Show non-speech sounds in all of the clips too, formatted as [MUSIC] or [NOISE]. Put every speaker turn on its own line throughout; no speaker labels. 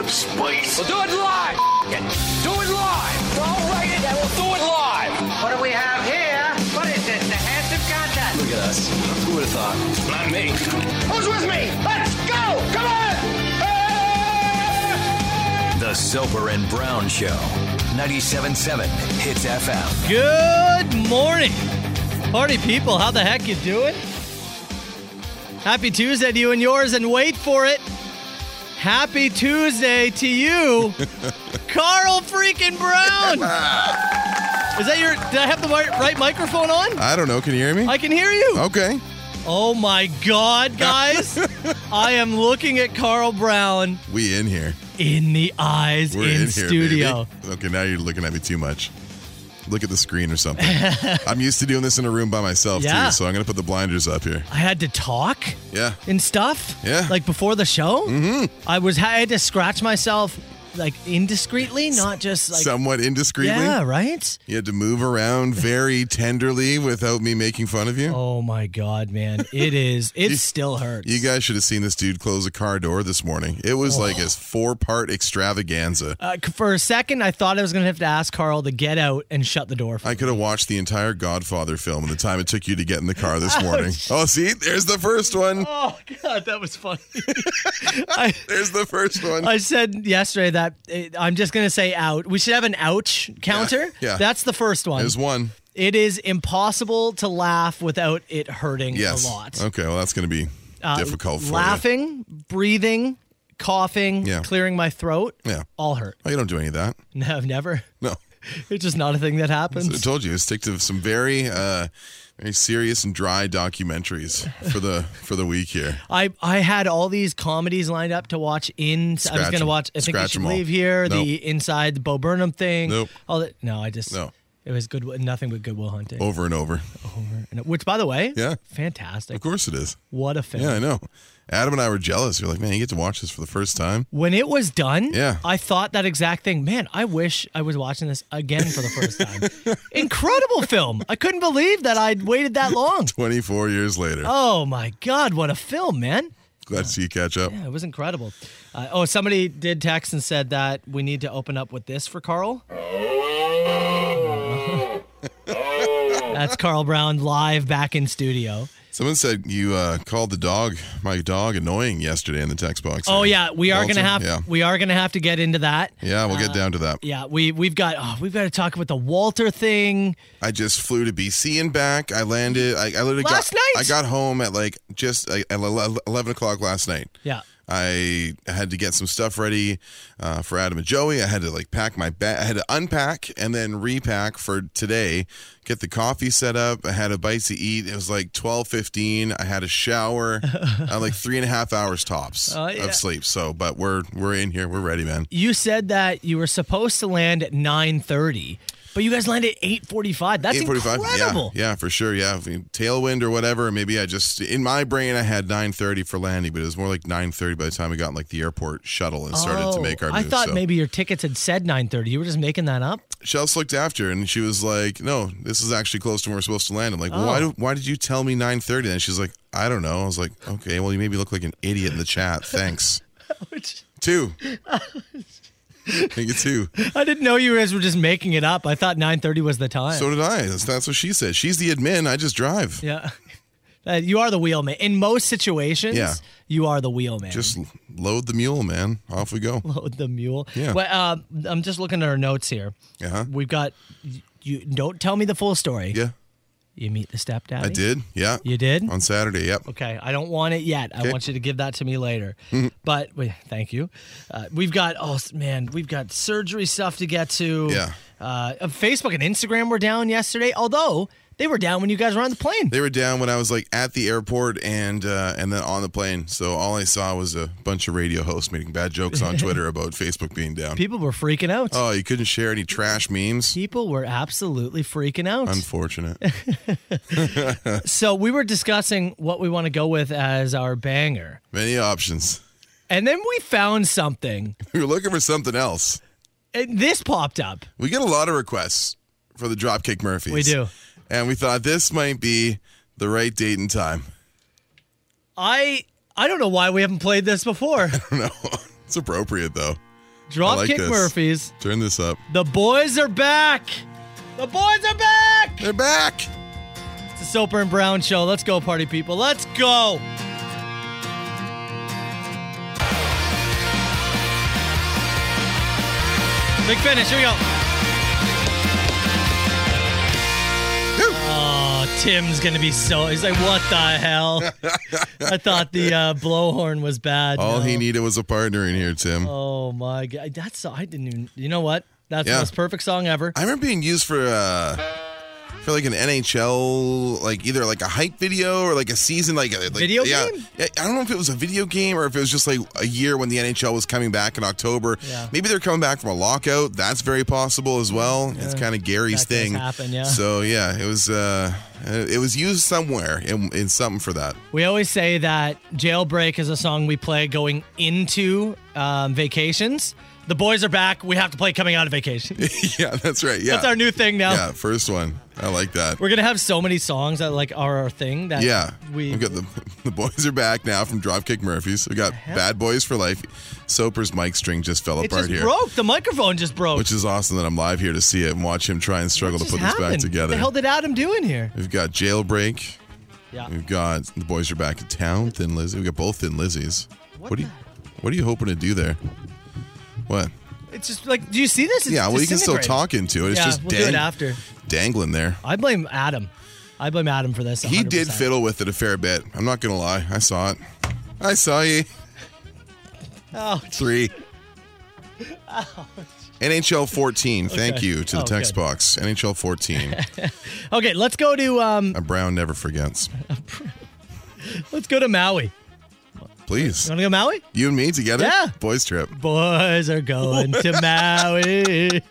of spice.
We'll do it live. F- it. Do it live. I'll write it and we'll do it live.
What do we have here? What is this? The handsome contest.
Look at us. Who would have thought?
Not me.
Who's with me? Let's go. Come on. Hey!
The Soper and Brown Show, 97.7 Hits FM.
Good morning, party people. How the heck you doing? Happy Tuesday to you and yours, and wait for it. Happy Tuesday to
[LAUGHS]
you, Carl freaking Brown. Is that your? Did I have the right, right microphone on?
I don't know. Can you hear me?
I can hear you.
Okay.
Oh my God,
[LAUGHS]
guys! I am looking at Carl Brown
We in here.
in the eyes
We're
in,
in, here,
studio.
baby. Okay, now you're looking at me too much. Look at the screen
[LAUGHS]
or something. I'm used to doing this in a room by myself
Yeah.
too, so I'm gonna put the blinders up here.
I had to talk
Yeah.
and stuff.
Yeah.
Like before the show, mm-hmm. I was I had to scratch myself like indiscreetly, not just like
Somewhat indiscreetly.
yeah, right.
You had to
[LAUGHS]
move around very tenderly without me making fun of you.
Oh my God, man! It is. It still hurts.
You guys should have seen this dude close a car door this morning. It
Oh.
was like his four part extravaganza.
Uh, c- for a second, I thought I was gonna have to ask Carl to get out and shut the door. For
I could have watched the entire Godfather film in the time it took you to get in the
[LAUGHS]
car this morning. Oh, see, there's the first one.
Oh God, that was funny. [LAUGHS] I,
There's the first one.
I said yesterday that eh, I'm just gonna say out. We should have an ouch counter.
yeah.
that's the first one.
There's one.
It is impossible to laugh without it hurting
Yes.
a lot.
Okay, well, that's going to be
Uh,
difficult for
laughing, breathing, coughing,
Yeah.
clearing my throat.
you. Yeah.
All hurt. [LAUGHS]
Oh, you don't do any of that.
No, I've never.
No.
[LAUGHS] It's just not a thing that happens.
I told you, stick to some very, uh, very serious and dry documentaries for the for the week here.
I I had all these comedies lined up to watch in. I was
Scratch
going to
'em.
watch. I think I
Scratch
should
'em all.
leave here.
Nope.
The inside the Bo Burnham thing.
Nope.
All that. No, I just.
No.
It was good. Nothing but Goodwill Hunting.
Over and over.
And- Which, by the way,
Yeah.
fantastic.
Of course it is.
What a film.
Yeah, I know. Adam and I were jealous. We are like, man, you get to watch this for the first time.
When it was done,
Yeah.
I thought that exact thing. Man, I wish I was watching this again for the first
[LAUGHS]
time. Incredible film. I couldn't believe that I'd waited that long.
24 years later.
Oh my God, what a film, man.
Glad to see you catch up.
Yeah, it was incredible. Uh, oh, somebody did text and said that we need to open up with this for Carl. That's Carl Brown live back in studio.
Someone said you uh, called the dog, my dog, annoying yesterday in the text box.
Oh yeah, we are
Walter?
gonna have Uh,
Yeah,
we are gonna have to get into that.
yeah we'll get down to that.
Yeah, we we've got oh, we've got to talk about the Walter thing.
I just flew to BC and back. I landed. I, I literally
Last
got,
night?
I got home at like just like, at ele- eleven o'clock last night.
Yeah.
I had to get some stuff ready uh, for Adam and Joey. I had to like pack my bag. I had to unpack and then repack for today. Get the coffee set up. I had a bite to eat. It was like twelve fifteen. I had
[LAUGHS]
a shower. I had like three and a half hours tops
Oh, yeah.
of sleep. So, but we're we're in here. We're ready, man.
You said that you were supposed to land at 9:30, but you guys landed at 8:45. That's
8:45?
incredible.
Yeah, yeah, for sure. Yeah, If you- tailwind or whatever. Maybe I just in my brain I had 9:30 for landing, but it was more like 9:30 by the time we got in like the airport shuttle and started to
Oh,
make our.
I
move,
thought
so.
maybe your tickets had said 9:30. You were just making that up.
Chelsea looked after and she was like, "No, this is actually close to where we're supposed to land." I'm like, well,
Oh.
"Why? Do, why did you tell me 9:30?" And she's like, "I don't know." I was like, "Okay, well, you made me look like an idiot in the
[LAUGHS]
chat. Thanks." two. Make it two.
I didn't know you guys were just making it up. I thought 9:30 was the time.
So did I. That's, that's what she said. She's the admin. I just drive.
yeah. [LAUGHS] Uh, you are the wheelman. In most situations,
Yeah.
you are the wheelman. [LAUGHS]
Just load the mule, man. Off we go.
load Oh, the mule.
Yeah.
Well, uh, I'm just looking at our notes here.
Uh-huh.
We've got you don't tell me the full story.
Yeah,
You meet the stepdad.
I did. Yeah.
You did?
On Saturday. Yep.
Okay, I don't want it yet. I
Okay. Mm-hmm.
want you to give that to me later. but wait, thank you. Uh, we've got oh s- man, we've got surgery stuff to get to.
Yeah.
Uh, uh, Facebook and Instagram were down yesterday, although they were down when you guys were on the plane.
They were down when I was like at the airport and uh, and then on the plane. So all I saw was a bunch of radio hosts making bad jokes
[LAUGHS]
on Twitter about Facebook being down.
People were freaking out.
Oh, you couldn't share any trash memes.
People were absolutely freaking out. [LAUGHS]
Unfortunate.
so we were discussing what we want to go with as our banger,
Many options. [LAUGHS]
and then we found something,
We were looking for something else.
and this popped up.
We get a lot of requests for the Dropkick Murphys.
We do.
And we thought this might be the right date and time.
I I don't know why we haven't played this before.
[LAUGHS] No, it's appropriate though.
Dropkick
like this.
Murphys.
Turn this up.
The boys are back. The boys are back.
They're back.
It's the Soper and Brown show. Let's go, party people. Let's go. Big finish. Here we go. Oh, Tim's gonna be so. He's like, what the hell? I thought the uh, blowhorn was bad.
All he
No.
needed was a partner in here, Tim.
Oh my god, that's I didn't even. You know what? That's
Yeah.
the most perfect song ever.
I remember being used for uh for like an NHL, like either like a hype video or like a season, like, a, like
Video
yeah,
game?
Yeah, I don't know if it was a video game or if it was just like a year when the NHL was coming back in October.
Yeah.
Maybe they're coming back from a lockout. That's very possible as well. It's kind of Gary's
That does
thing.
happen, yeah.
So yeah, it was uh it was used somewhere in, in something for that. [LAUGHS]
We always say that "Jailbreak" is a song we play going into um, vacations. The boys are back. We have to play coming out of vacation.
yeah, that's right. Yeah,
That's our new thing now.
yeah first one. I like that.
We're gonna have so many songs that like are our thing. That
[LAUGHS] Yeah,
we
have got the [LAUGHS] the boys are back now from Dropkick Murphys. We got Bad Boys for Life. Soper's mic string just fell
it
apart
just
here,
broke. The microphone just broke.
which is awesome that I'm live here to see it and watch him try and struggle
What
to
just
put this back
happened? What
together.
the hell did Adam doing here?
We've got Jailbreak.
Yeah.
We've got the boys are back in town. Thin Lizzy. We got both Thin Lizzies. What, do you What are you hoping to do there? What?
It's just like, do you see this? It's
Yeah, well, you can still
disintegrating.
talk into it. It's
yeah,
just
we'll do
dang-
it after.
dangling there.
I blame Adam. I blame Adam for this.
He did
100%.
fiddle with it a fair bit. I'm not gonna lie. I saw it. I saw you.
Oh,
three. NHL 14. Thank you to the
Oh,
text
good.
box. NHL 14.
Okay, let's go to um,
A Brown never forgets.
let's go to Maui. You [LAUGHS]
Please.
want to go Maui?
You and me together?
Yeah.
Boys trip.
Boys are going
[LAUGHS]
to Maui.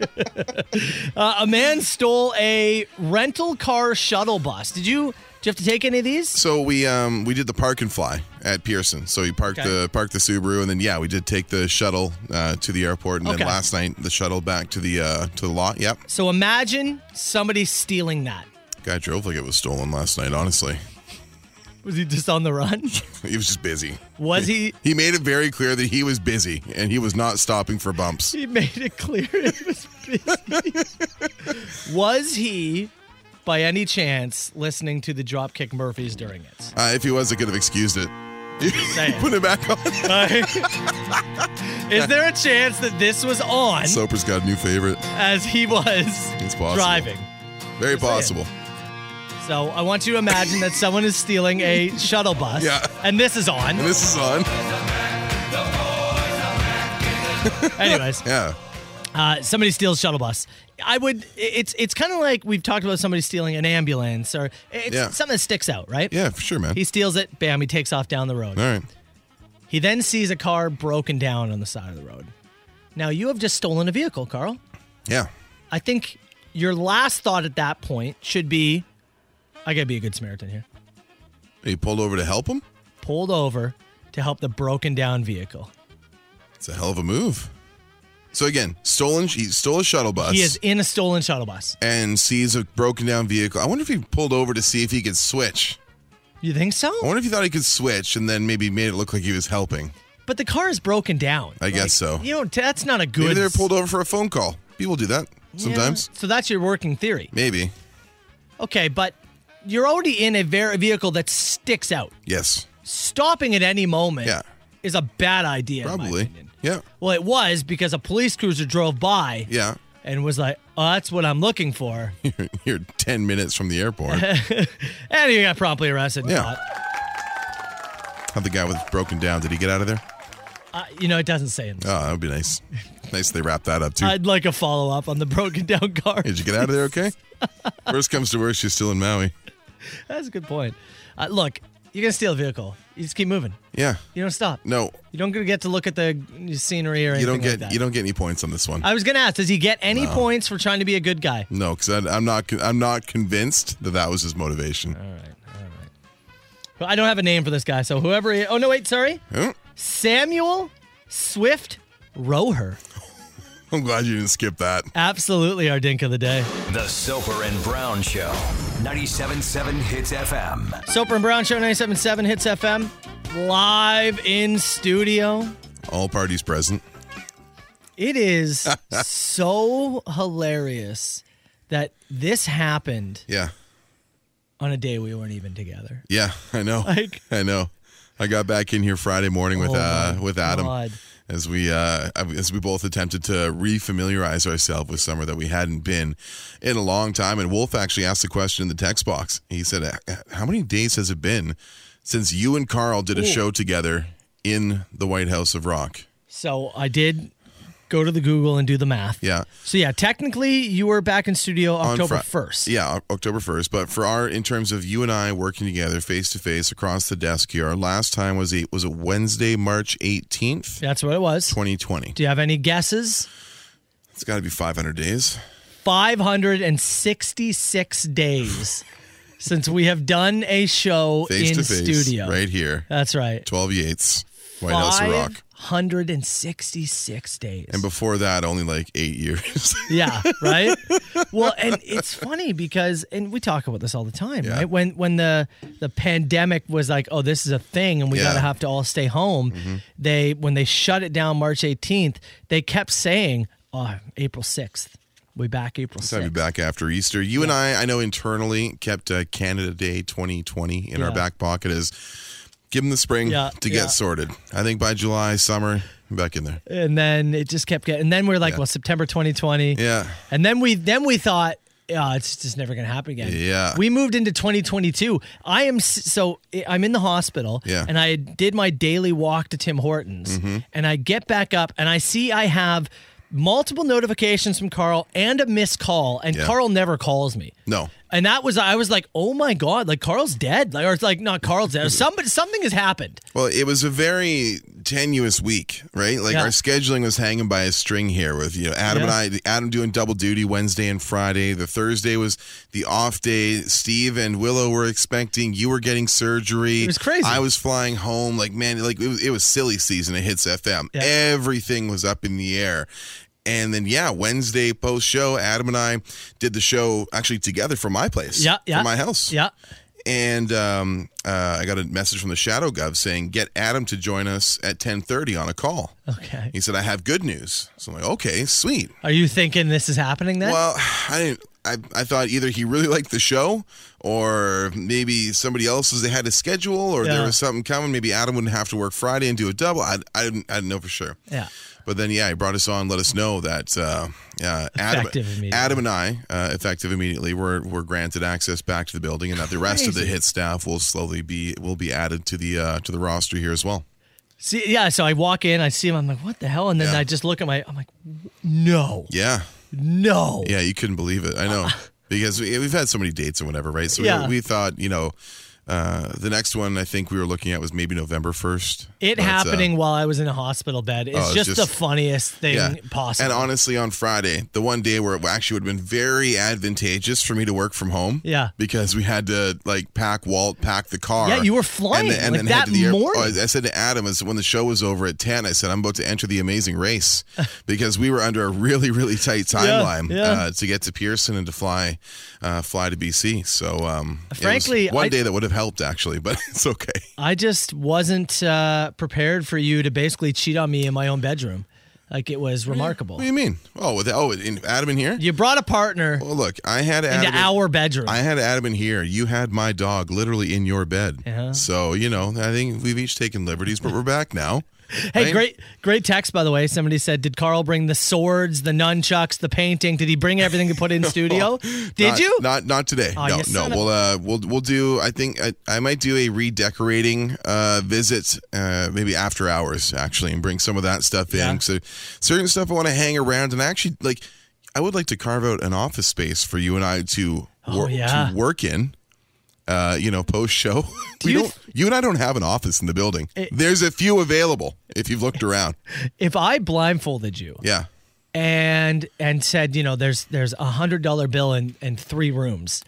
uh, a man stole a rental car shuttle bus. Did you? Did you have to take any of these?
So we um we did the park and fly at Pearson. So we parked
Okay.
the parked the Subaru and then yeah, we did take the shuttle uh, to the airport and
Okay.
then last night the shuttle back to the uh to the lot. Yep.
So imagine somebody stealing that.
Guy drove like it was stolen last night, honestly. [LAUGHS]
Was he just on the run?
He was just busy.
Was he?
He made it very clear that he was busy and he was not stopping for bumps.
He made it clear it was busy. was he, by any chance, listening to the Dropkick Murphys during
[LAUGHS]
it?
Uh, if he was, I could have excused it.
Saying.
[LAUGHS] Put it back on.
Is there a chance that this was on
Soper's got a new favorite.
as he was
It's possible.
driving? saying.
Very possible.
So I want you to imagine that someone is stealing
[LAUGHS]
a shuttle bus,
Yeah.
and this is on.
[LAUGHS] And this is on.
Anyways,
Yeah.
uh, somebody steals shuttle bus. I would. It's it's kind of like we've talked about somebody stealing an ambulance or it's
Yeah.
something that sticks out, right?
Yeah, for sure, man.
He steals it, bam, he takes off down the road.
All right.
He then sees a car broken down on the side of the road. Now you have just stolen a vehicle, Carl.
Yeah.
I think your last thought at that point should be, I gotta be a good Samaritan here.
He pulled over to help him.
Pulled over to help the broken down vehicle.
It's a hell of a move. So again, stolen. He stole a shuttle bus.
He is in a stolen shuttle bus.
And sees a broken down vehicle. I wonder if he pulled over to see if he could switch.
You think so?
I wonder if he thought he could switch and then maybe made it look like he was helping.
But the car is broken down.
I guess so.
You know, that's not a good.
Maybe they were pulled over for a phone call. People do that sometimes.
So that's your working theory.
Maybe.
Okay, but you're already in a ver- vehicle that sticks out.
Yes.
Stopping at any moment
Yeah.
is a bad idea. in my
Probably.
opinion.
Yeah.
Well, it was because a police cruiser drove by
Yeah. [LAUGHS]
and was like, "Oh, that's what I'm looking for,"
You're 10 minutes from the
[LAUGHS]
airport.
and he got promptly arrested.
Yeah.
Uh,
How the guy was broken down. Did he get out of there?
uh, you know, it doesn't say. In this.
Oh, that would
[LAUGHS]
be nice. nice they wrapped that up too.
I'd like a follow up on the broken down car.
Oh, Did you get out of there okay? Worst comes to worst, you're still in Maui.
[LAUGHS] That's a good point. Uh, look, you're gonna steal a vehicle. You just keep moving.
Yeah.
You don't stop.
No,
You don't get to look at the scenery or anything
you don't
like
get
that.
you don't get any points on this one.
I was gonna ask, does he get any points for trying to be a good guy?
no, because I'm not con- I'm not convinced that that was his motivation.
Well, I don't have a name for this guy, so whoever. He, oh no, wait, sorry,
Huh?
Samuel Swift Roher.
I'm glad you didn't skip that.
Absolutely, our dink of the day.
The Soper and Brown Show. 97.7 Hits FM.
Soper and Brown Show 97.7 Hits FM, live in studio.
All parties present.
It
[LAUGHS]
is so hilarious that this happened
Yeah.
on a day we weren't even together.
Yeah, I know.
Like-
[LAUGHS] I know. I got back in here Friday morning with
Oh
uh
my
with Adam
God.
as we uh as we both attempted to refamiliarize ourselves with summer that we hadn't been in a long time and Wolf actually asked the question in the text box. He said "Uh, how many days has it been since you and Carl did a show together in the White House of Rock?
So I did go to the Google and do the math.
Yeah.
So yeah, technically you were back in studio
on
October
Fri-
1st.
Yeah, O- October 1st. But for our, in terms of you and I working together face to face across the desk here, our last time was a, was a Wednesday, March 18th,
That's what it was.
2020.
Do you have any guesses?
It's got to be 500 days.
566 days
[LAUGHS]
since we have done a show
Face
in
to face.
studio.
Right here.
That's right.
12 Yates, White House of Rock.
566 days.
And before that, only like eight years. [LAUGHS]
Yeah, right. well, and it's funny because, and we talk about this all the time,
Yeah.
right? When when the the pandemic was like, oh, this is a thing, and we
Yeah. Mm-hmm.
gotta have to all stay home. They when they shut it down March 18th, they kept saying, oh, April 6th, we back April
So I'll be
6th.
back after Easter. You and I, I know internally, kept uh, Canada Day 2020 in our
Yeah.
back pocket as give them the spring
Yeah,
to
yeah.
get sorted. I think by July, summer, I'm back in there.
And then it just kept getting. And then we are like, well, September 2020.
Yeah.
And then we then we thought, oh, it's just never gonna happen again.
Yeah.
We moved into 2022. I am s- so I- I'm in the hospital.
Yeah. Mm-hmm.
And I did my daily walk to Tim Hortons, and I get back up and I see I have multiple notifications from Carl and a missed call, and
Yeah.
Carl never calls me.
No.
And that was I was like, oh my god, like Carl's dead, like or it's like not Carl's dead. Somebody something has happened.
Well, it was a very tenuous week, right? Like
Yeah.
our scheduling was hanging by a string here with you know Adam
Yeah.
and I, Adam doing double duty Wednesday and Friday. The Thursday was the off day. Steve and Willow were expecting. You were getting surgery.
It was crazy.
I was flying home. Like man, like it was, it was silly season. It hits FM.
Yeah.
Everything was up in the air. And then yeah, Wednesday post show, Adam and I did the show actually together from my place.
Yeah, yeah.
From my house
Yeah.
and um, uh, I got a message from the Shadow Gov saying, "Get Adam to join us at 10:30 on a call." [LAUGHS]
Okay.
He said, "I have good news." So I'm like, "Okay, sweet."
Are you thinking this is happening then?
Well, I didn't. I, I thought either he really liked the show, or maybe somebody else's they had a schedule, or
Yeah.
there was something coming. Maybe Adam wouldn't have to work Friday and do a double. I, I didn't. I didn't know for sure.
yeah.
But then, yeah, he brought us on, let us know that uh, uh, Adam,
Effective immediately.
Adam and I, uh, effective immediately, were were granted access back to the building, and that the rest of the
Crazy.
hit staff will slowly be will be added to the uh, to the roster here as well.
See, yeah, so I walk in, I see him, I'm like, what the hell? And then
Yeah.
I just look at my, I'm like, no,
Yeah,
no.
yeah, you couldn't believe it.
[LAUGHS]
I know because we, we've had so many dates and whatever, right? So we-
Yeah.
we, thought, you know, uh, the next one I think we were looking at was maybe November first.
It
But, uh, Oh,
happening while I was in a hospital bed is
it's
just, the
just-
funniest thing possible.
And honestly, on Friday, the one day where it actually would have been very advantageous for me to work from home.
Yeah.
Because we had to like pack Walt, pack the car.
Yeah, you were flying, like,
head
that
to the air-
morning.
Oh, I I said to Adam, is when the show was over at 10, I said, I'm about to enter the amazing race
[LAUGHS]
because we were under a really, really tight timeline
yeah.
Uh, to get to Pearson and to fly uh, fly to BC. So, um, it was
Frankly,
one
I-
day that would have helped actually, but [LAUGHS] it's okay.
I just wasn't uh, prepared for you to basically cheat on me in my own bedroom. Like, it was remarkable.
What do you mean? Oh, with, oh, in Adam in here?
You brought a partner
Well, look, I had Adam.
into
in-
our bedroom.
I had Adam in here. You had my dog literally in your bed.
Yeah.
So, you know, I think we've each taken liberties, but we're back now.
hey,
right?
great, great text, by the way. Somebody said, Did Carl bring the swords, the nunchucks, the painting? Did he bring everything to put
[LAUGHS]
in studio? Did
Not-
you?
Not not today.
Oh,
no,
you
no.
son of-
We'll uh we'll we'll do I think I, I might do a redecorating uh visit uh maybe after hours actually and bring some of that stuff
Yeah.
in. So certain stuff I want to hang around and actually like I would like to carve out an office space for you and I to,
Oh,
wor-
yeah.
to work in. Uh, you know, post [LAUGHS] show.
Do
we
you
don't you and I don't have an office in the building. There's a few available if you've looked around.
if I blindfolded you,
Yeah.
and and said, you know, there's there's a hundred dollar bill in in three rooms.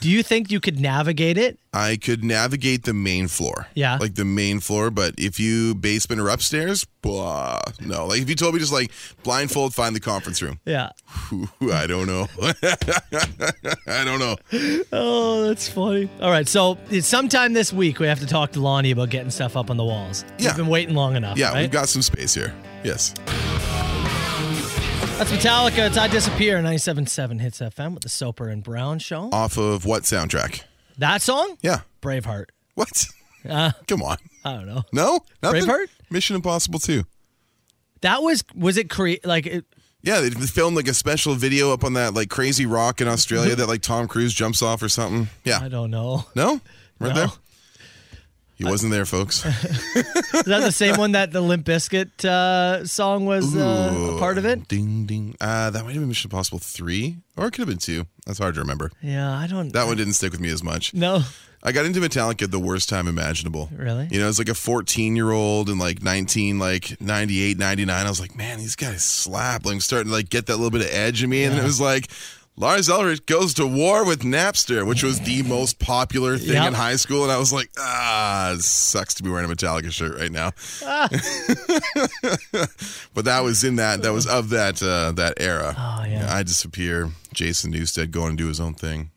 Do you think you could navigate it?
I could navigate the main floor.
Yeah.
Like the main floor, but if you basement or upstairs, blah. No. Like if you told me just like blindfold, find the conference room. [LAUGHS]
Yeah.
Ooh, I don't know. [LAUGHS] I don't know.
Oh, that's funny. All right, so it's sometime this week we have to talk to Lonnie about getting stuff up on the walls.
Yeah.
We've been waiting long enough.
Yeah,
right?
we've got some space here. Yes.
That's Metallica. It's I Disappear. 97.7 Hits FM with the Soper and Brown Show.
Off of what soundtrack?
That song?
Yeah.
Braveheart. [LAUGHS]
What? Come on.
I don't know.
No? Nothing?
Uh. Braveheart?
Mission Impossible 2.
That was, was it cre- like, it,
Yeah, they filmed like a special video up on that like crazy rock in Australia
[LAUGHS]
that like Tom Cruise jumps off or something.
I
Yeah.
don't know. [LAUGHS]
No?
No.
Right there? He wasn't
[LAUGHS]
there, folks.
Is that the same one that the Limp Bizkit uh, song was uh, a
Ooh.
part of it?
Ding ding. Uh, that might have been Mission Impossible three, or it could have been two. That's hard to remember.
Yeah, I don't.
That one didn't stick with me as much.
no.
I got into Metallica at the worst time imaginable.
Really?
You know, as like a 14 year old and like 19, like 98, 99. I was like, man, these guys slap. Like, I'm starting to like get that little bit of edge in me. And it was like, Lars Ulrich goes to war with Napster, which was the most popular thing
Yep.
in high school. And I was like, ah, it sucks to be wearing a Metallica shirt right now. [LAUGHS] but that was in that, that was of that, uh, that era.
Oh, yeah.
I disappear. Jason Newstead going and do his own thing.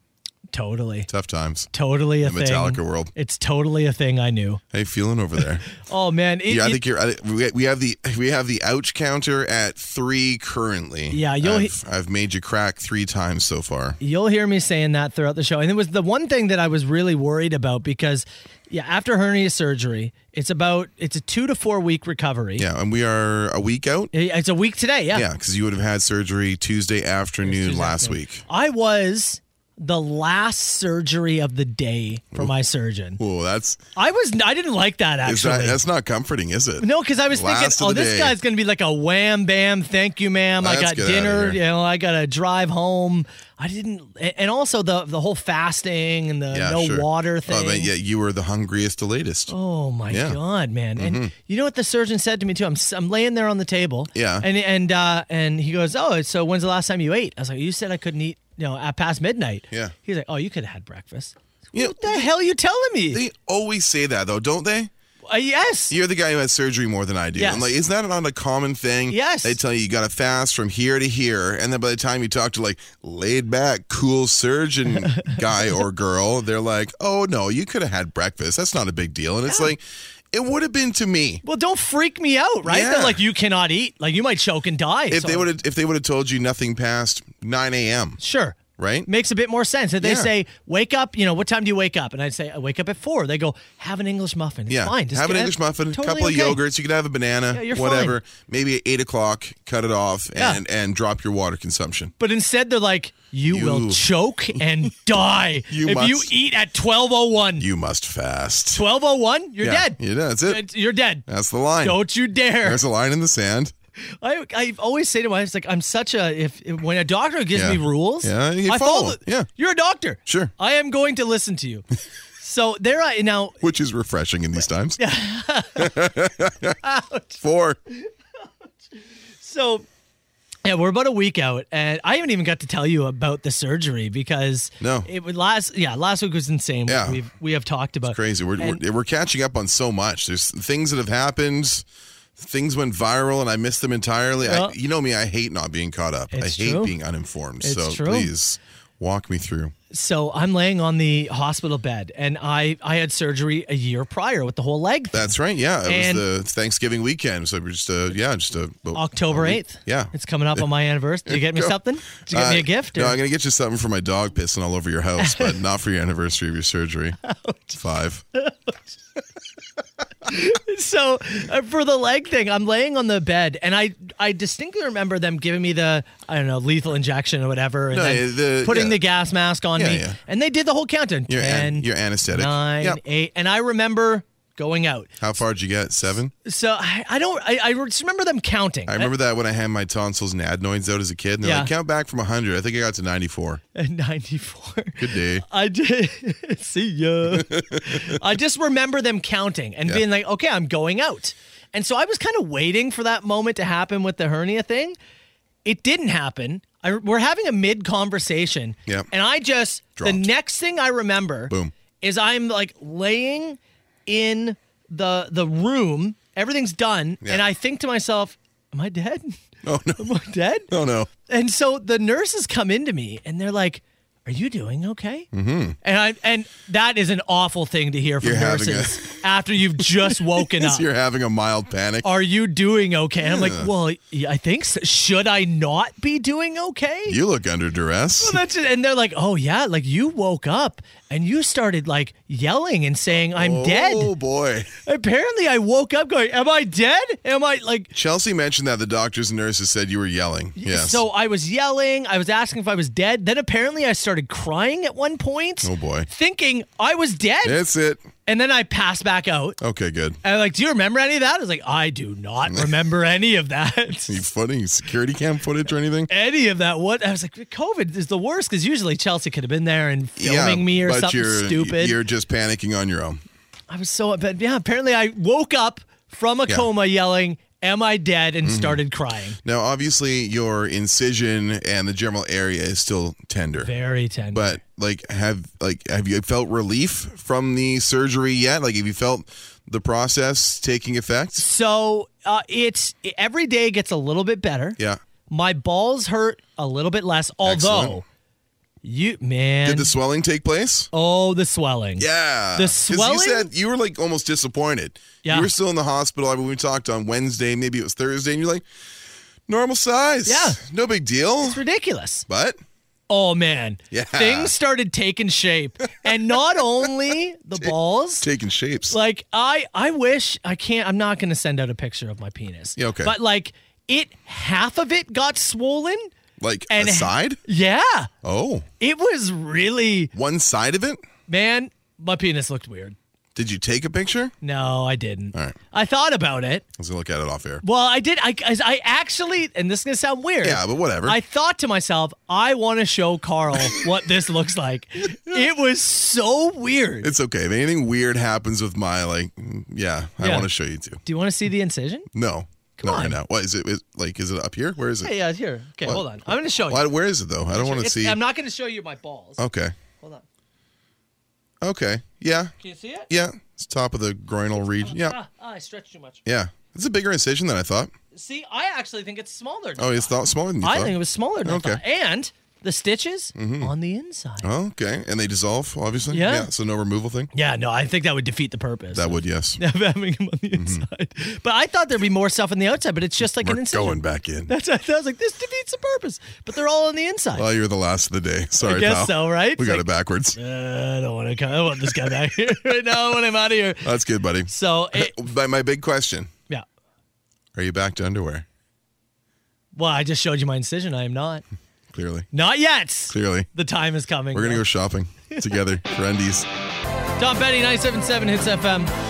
Totally.
Tough times.
Totally a
The
thing.
Metallica world.
It's totally a thing I knew.
How you feeling over there?
Oh, man. It,
Yeah, I
it-
think you're. I, think we- we have the we have the ouch counter at three currently.
Yeah, you'll
I've,
he-
I've made you crack three times so far.
You'll hear me saying that throughout the show. And it was the one thing that I was really worried about because, yeah, after hernia surgery, it's about, it's a two to four week recovery.
Yeah, and we are a week out.
It- It's a week today. Yeah.
Yeah, because you would have had surgery Tuesday afternoon
Tuesday
last
afternoon.
week.
I was the last surgery of the day for my surgeon.
Whoa, that's
I was, I didn't like that
is
actually.
that, that's not comforting, is it?
No, because I was thinking,
Last of
oh,
the
this
day.
guy's going to be like a wham bam, thank you, ma'am. I
Let's
got
get outta
dinner,
here.
you know, I got to drive home. I didn't, a- and also the the whole fasting and the
Yeah,
no
sure.
water thing.
Oh, but yet you were the hungriest, the latest.
Oh my
Yeah. Mm-hmm.
god, man! And you know what the surgeon said to me too? I'm s- I'm laying there on the table.
Yeah.
And and uh, and he goes, oh, so when's the last time you ate? I was like, you said I couldn't eat, you know, at past midnight.
Yeah.
He's like, oh, you could have had breakfast.
You know,
What the hell are you telling me?
they always say that though, don't they?
Uh, yes.
You're the guy who had surgery more than I do.
Yes.
I'm like, isn't that not a common thing?
Yes.
They tell you you got to fast from here to here, and then by the time you talk to like laid back, cool surgeon
[LAUGHS]
guy or girl, they're like, oh no, you could have had breakfast. That's not a big deal. And it's like, it would have been to me.
well, don't freak me out, right? They're
Yeah.
like, you cannot eat. Like, you might choke and die.
If
So-
they would have, if they would have told you nothing past 9 a.m.,
Sure.
right?
Makes a bit more sense. If they
Yeah.
say, wake up, you know, what time do you wake up? And I'd say, I wake up at four. They go, have an English muffin. It's
Yeah,
fine. Just
have an
get-
English muffin, a
totally
couple
okay.
of yogurts. You could have a banana,
Yeah, you're
whatever. Maybe at eight o'clock, cut it off
Yeah.
and and drop your water consumption.
But instead, they're like, you, will
You-
choke
[LAUGHS]
and die.
You
if you
must-
eat at 1201,
You must fast.
1201, you're
Yeah,
dead.
yeah, that's it.
It's- You're dead.
That's the line.
Don't you dare.
There's a line in the sand.
I, I always say to my wife, it's like, I'm such a, if, if- when a doctor gives
Yeah.
me rules,
Yeah, you
I
follow them.
it.
Yeah.
You're a doctor.
Sure.
I am going to listen to
[LAUGHS]
you. so there I, now,
which is refreshing in these times. [LAUGHS] Four.
So, yeah, we're about a week out, and I haven't even got to tell you about the surgery because
No.
it would last. Yeah, last week was insane.
Yeah.
we've we have talked about
Crazy. We're, we're, we're catching up on so much. There's things that have happened. Things went viral and I missed them entirely. I,
Well-
you know me, I hate not being caught up. I
It's
hate
true.
being uninformed.
It's
so
true.
please walk me through.
So I'm laying on the hospital bed, and I I had surgery a year prior with the whole leg.
That's right. Yeah. It
And-
was the Thanksgiving weekend. So we're just, uh, yeah, just a. a-
October
a week.
eighth.
Yeah.
it's coming up on my anniversary. Did you
[LAUGHS]
get me something? Did you get me
Uh,
a gift?
No,
or-
I'm going to get you something for my dog pissing all over your house, but not for your anniversary of your
[LAUGHS]
surgery. Five.
so uh, for the leg thing, I'm laying on the bed, and I I distinctly remember them giving me the I don't know lethal injection or whatever, and
No,
then
the-
putting
yeah.
the gas mask on
Yeah,
me,
yeah.
and they did the whole countdown.
Your, an-
10,
your anesthetic.
nine,
Yep.
eight, and I remember going out.
How far did you get? Seven?
So I, I don't. I, I just remember them counting.
I remember that when I had my tonsils and adenoids out as a kid. And they're
Yeah.
like, count back from 100. I think I got to 94.
At 94.
Good day.
I did. [LAUGHS] See ya. I just remember them counting and being like, okay, I'm going out. And so I was kind of waiting for that moment to happen with the hernia thing. It didn't happen. I, we're having a mid conversation.
Yep.
And I just,
Dropped.
the next thing I remember
Boom.
is I'm like laying in the the room. Everything's done.
Yeah.
And I think to myself, am I dead?
Oh, no.
[LAUGHS] Am I dead?
Oh, no. [LAUGHS]
And so the nurses come into me and they're like, Are you doing okay? Mm-hmm. And I and that is an awful thing to hear from
You're having
nurses
[LAUGHS]
after you've just woken up.
You're having a mild panic.
Are you doing okay? And I'm
Yeah.
like, well, yeah, I think so. should I not be doing okay?
[LAUGHS] You look under duress.
Well, that's it. [LAUGHS] And they're like, oh, yeah, like you woke up and you started like yelling and saying, I'm
Oh
dead.
boy.
Apparently, I woke up going, Am I dead? Am I like.
Chelsea mentioned that the doctors and nurses said you were yelling. Yes.
So I was yelling. I was asking if I was dead. Then apparently, I started crying at one point.
Oh, boy.
Thinking I was dead.
That's it.
And then I passed back out.
Okay, good.
And I'm like, Do you remember any of that? I was like, I do
[LAUGHS]
not remember any of that.
You funny security cam footage or anything?
Any of that? What I was like, COVID is the worst because usually Chelsea could have been there and [LAUGHS] filming
yeah,
me or
but
something
you're,
stupid.
You're just panicking on your own.
I was so but yeah, apparently I woke up from a
Yeah. Mm-hmm.
coma yelling, Am I dead? and started crying.
Now, obviously, your incision and the general area is still tender.
Very tender.
But like, have like have you felt relief from the surgery yet? Like, have you felt the process taking effect?
so uh, it's every day gets a little bit better.
Yeah.
My balls hurt a little bit less, although
Excellent.
you man
Did the swelling take place?
Oh the swelling.
Yeah.
The
'Cause
swelling?
You said you were like almost disappointed.
Yeah.
You were still in the hospital. I mean, we talked on Wednesday, maybe it was Thursday, and you're like, normal size.
Yeah.
No big deal.
It's ridiculous.
But
Oh man.
Yeah.
Things started taking shape. and
[LAUGHS]
not only the balls.
taking shapes.
Like I I wish I can't I'm not gonna send out a picture of my penis.
Yeah, okay.
But like it half of it got swollen.
Like
and-
a side?
Yeah.
Oh.
It was really
One side of it?
man, my penis looked weird.
Did you take a picture?
No, I didn't.
All right.
I thought about it.
I was gonna look at it off air.
Well, I did. I, I I actually, and this is gonna sound weird.
Yeah, but whatever.
I thought to myself, I want to show Carl [LAUGHS] what this looks like. It was so weird.
It's okay. If anything weird happens with my like, mm, yeah, I
Yeah.
want to show you too.
Do you want to see the incision?
No,
Come
not
on.
right now. What is it? Is, like, is it up here? Where is
Hey,
it?
yeah, here. Okay,
What?
hold on. I'm gonna show you.
Why, where is it though? I don't want to
It's-
see.
I'm not going to show you my balls.
okay.
Hold on.
Okay. Yeah.
Can you see it?
Yeah. It's top of the groinal region. Yeah.
Ah, ah, I stretched too much.
Yeah. It's a bigger incision than I thought.
See, I actually think it's smaller. Than
Oh, it's thought smaller than you
I
thought.
think it was smaller than
Okay.
I thought. And the stitches on the inside.
Oh, okay. And they dissolve, obviously.
Yeah.
So no removal thing.
Yeah, no, I think that Mm-hmm. would defeat the purpose.
That would yes.
[LAUGHS] of having them on the inside. But I thought there'd be more stuff on the outside, but it's just like
We're
an incision.
going back in.
That's [LAUGHS] I was like, this defeats the purpose. But they're all on the inside.
Oh, you're the last of the day. Sorry,
guess
pal.
so, right?
We
It's
got
like-
it backwards.
Uh, I don't want to come. I want this guy back here [LAUGHS] right now when I'm out of here.
That's good, buddy.
So,
[LAUGHS]
it,
But my big question:
yeah.
Are you back to underwear?
Well, I just showed you my incision. I am not.
Clearly,
Not yet.
clearly.
The time is coming.
We're gonna
though.
go shopping
[LAUGHS]
together for undies.
Tom Petty, 977 Hits FM.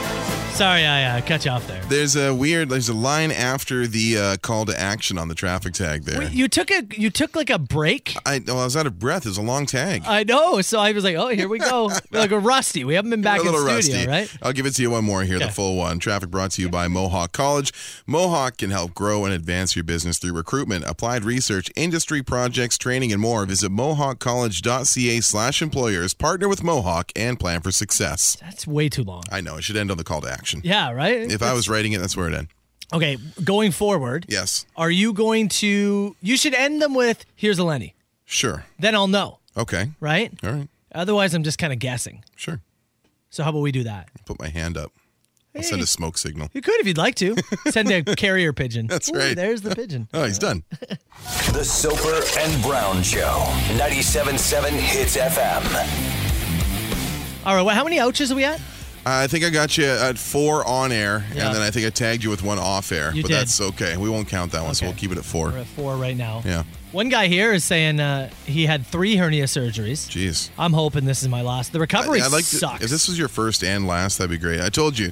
Sorry, I uh, cut you off there.
There's a weird. There's a line after the uh, call to action on the traffic tag there.
Wait, you took a you took like a break.
I well, I was out of breath. It's a long tag.
I know, so I was like, oh, here we
[LAUGHS]
go. like a rusty. We haven't been back
a
in
little
studio,
rusty.
right?
I'll give it to you one more here, the
Okay.
full one. Traffic brought to you by Mohawk College. Mohawk can help grow and advance your business through recruitment, applied research, industry projects, training, and more. Visit mohawkcollege.ca slash employers. Partner with Mohawk and plan for success.
That's way too long.
I know it should end on the call to action.
Yeah, right.
If I was writing it, that's where it end.
okay, going forward,
Yes,
are you going to? You should end them with "Here's a Lenny."
sure.
Then I'll know,
Okay,
right?
all right,
Otherwise, I'm just kind of guessing.
sure.
So how about we do that?
Put my hand up. I'll send a smoke signal.
You could if you'd like to. Send
[LAUGHS]
a carrier pigeon.
That's
Ooh,
right.
There's the pigeon.
[LAUGHS] Oh, he's done.
The Soper and Brown Show. 97.7 Hits FM.
All right. Well, how many ouches are we at?
I think I got you at four on air,
Yeah.
and then I think I tagged you with one off air.
You
but
did.
that's okay. We won't count that one, so
Okay.
we'll keep it at four.
We're at four right now.
Yeah.
One guy here is saying uh, he had three hernia surgeries.
Jeez.
I'm hoping this is my last. The recovery
I'd to-
sucks.
if this was your first and last, that'd be great. I told you,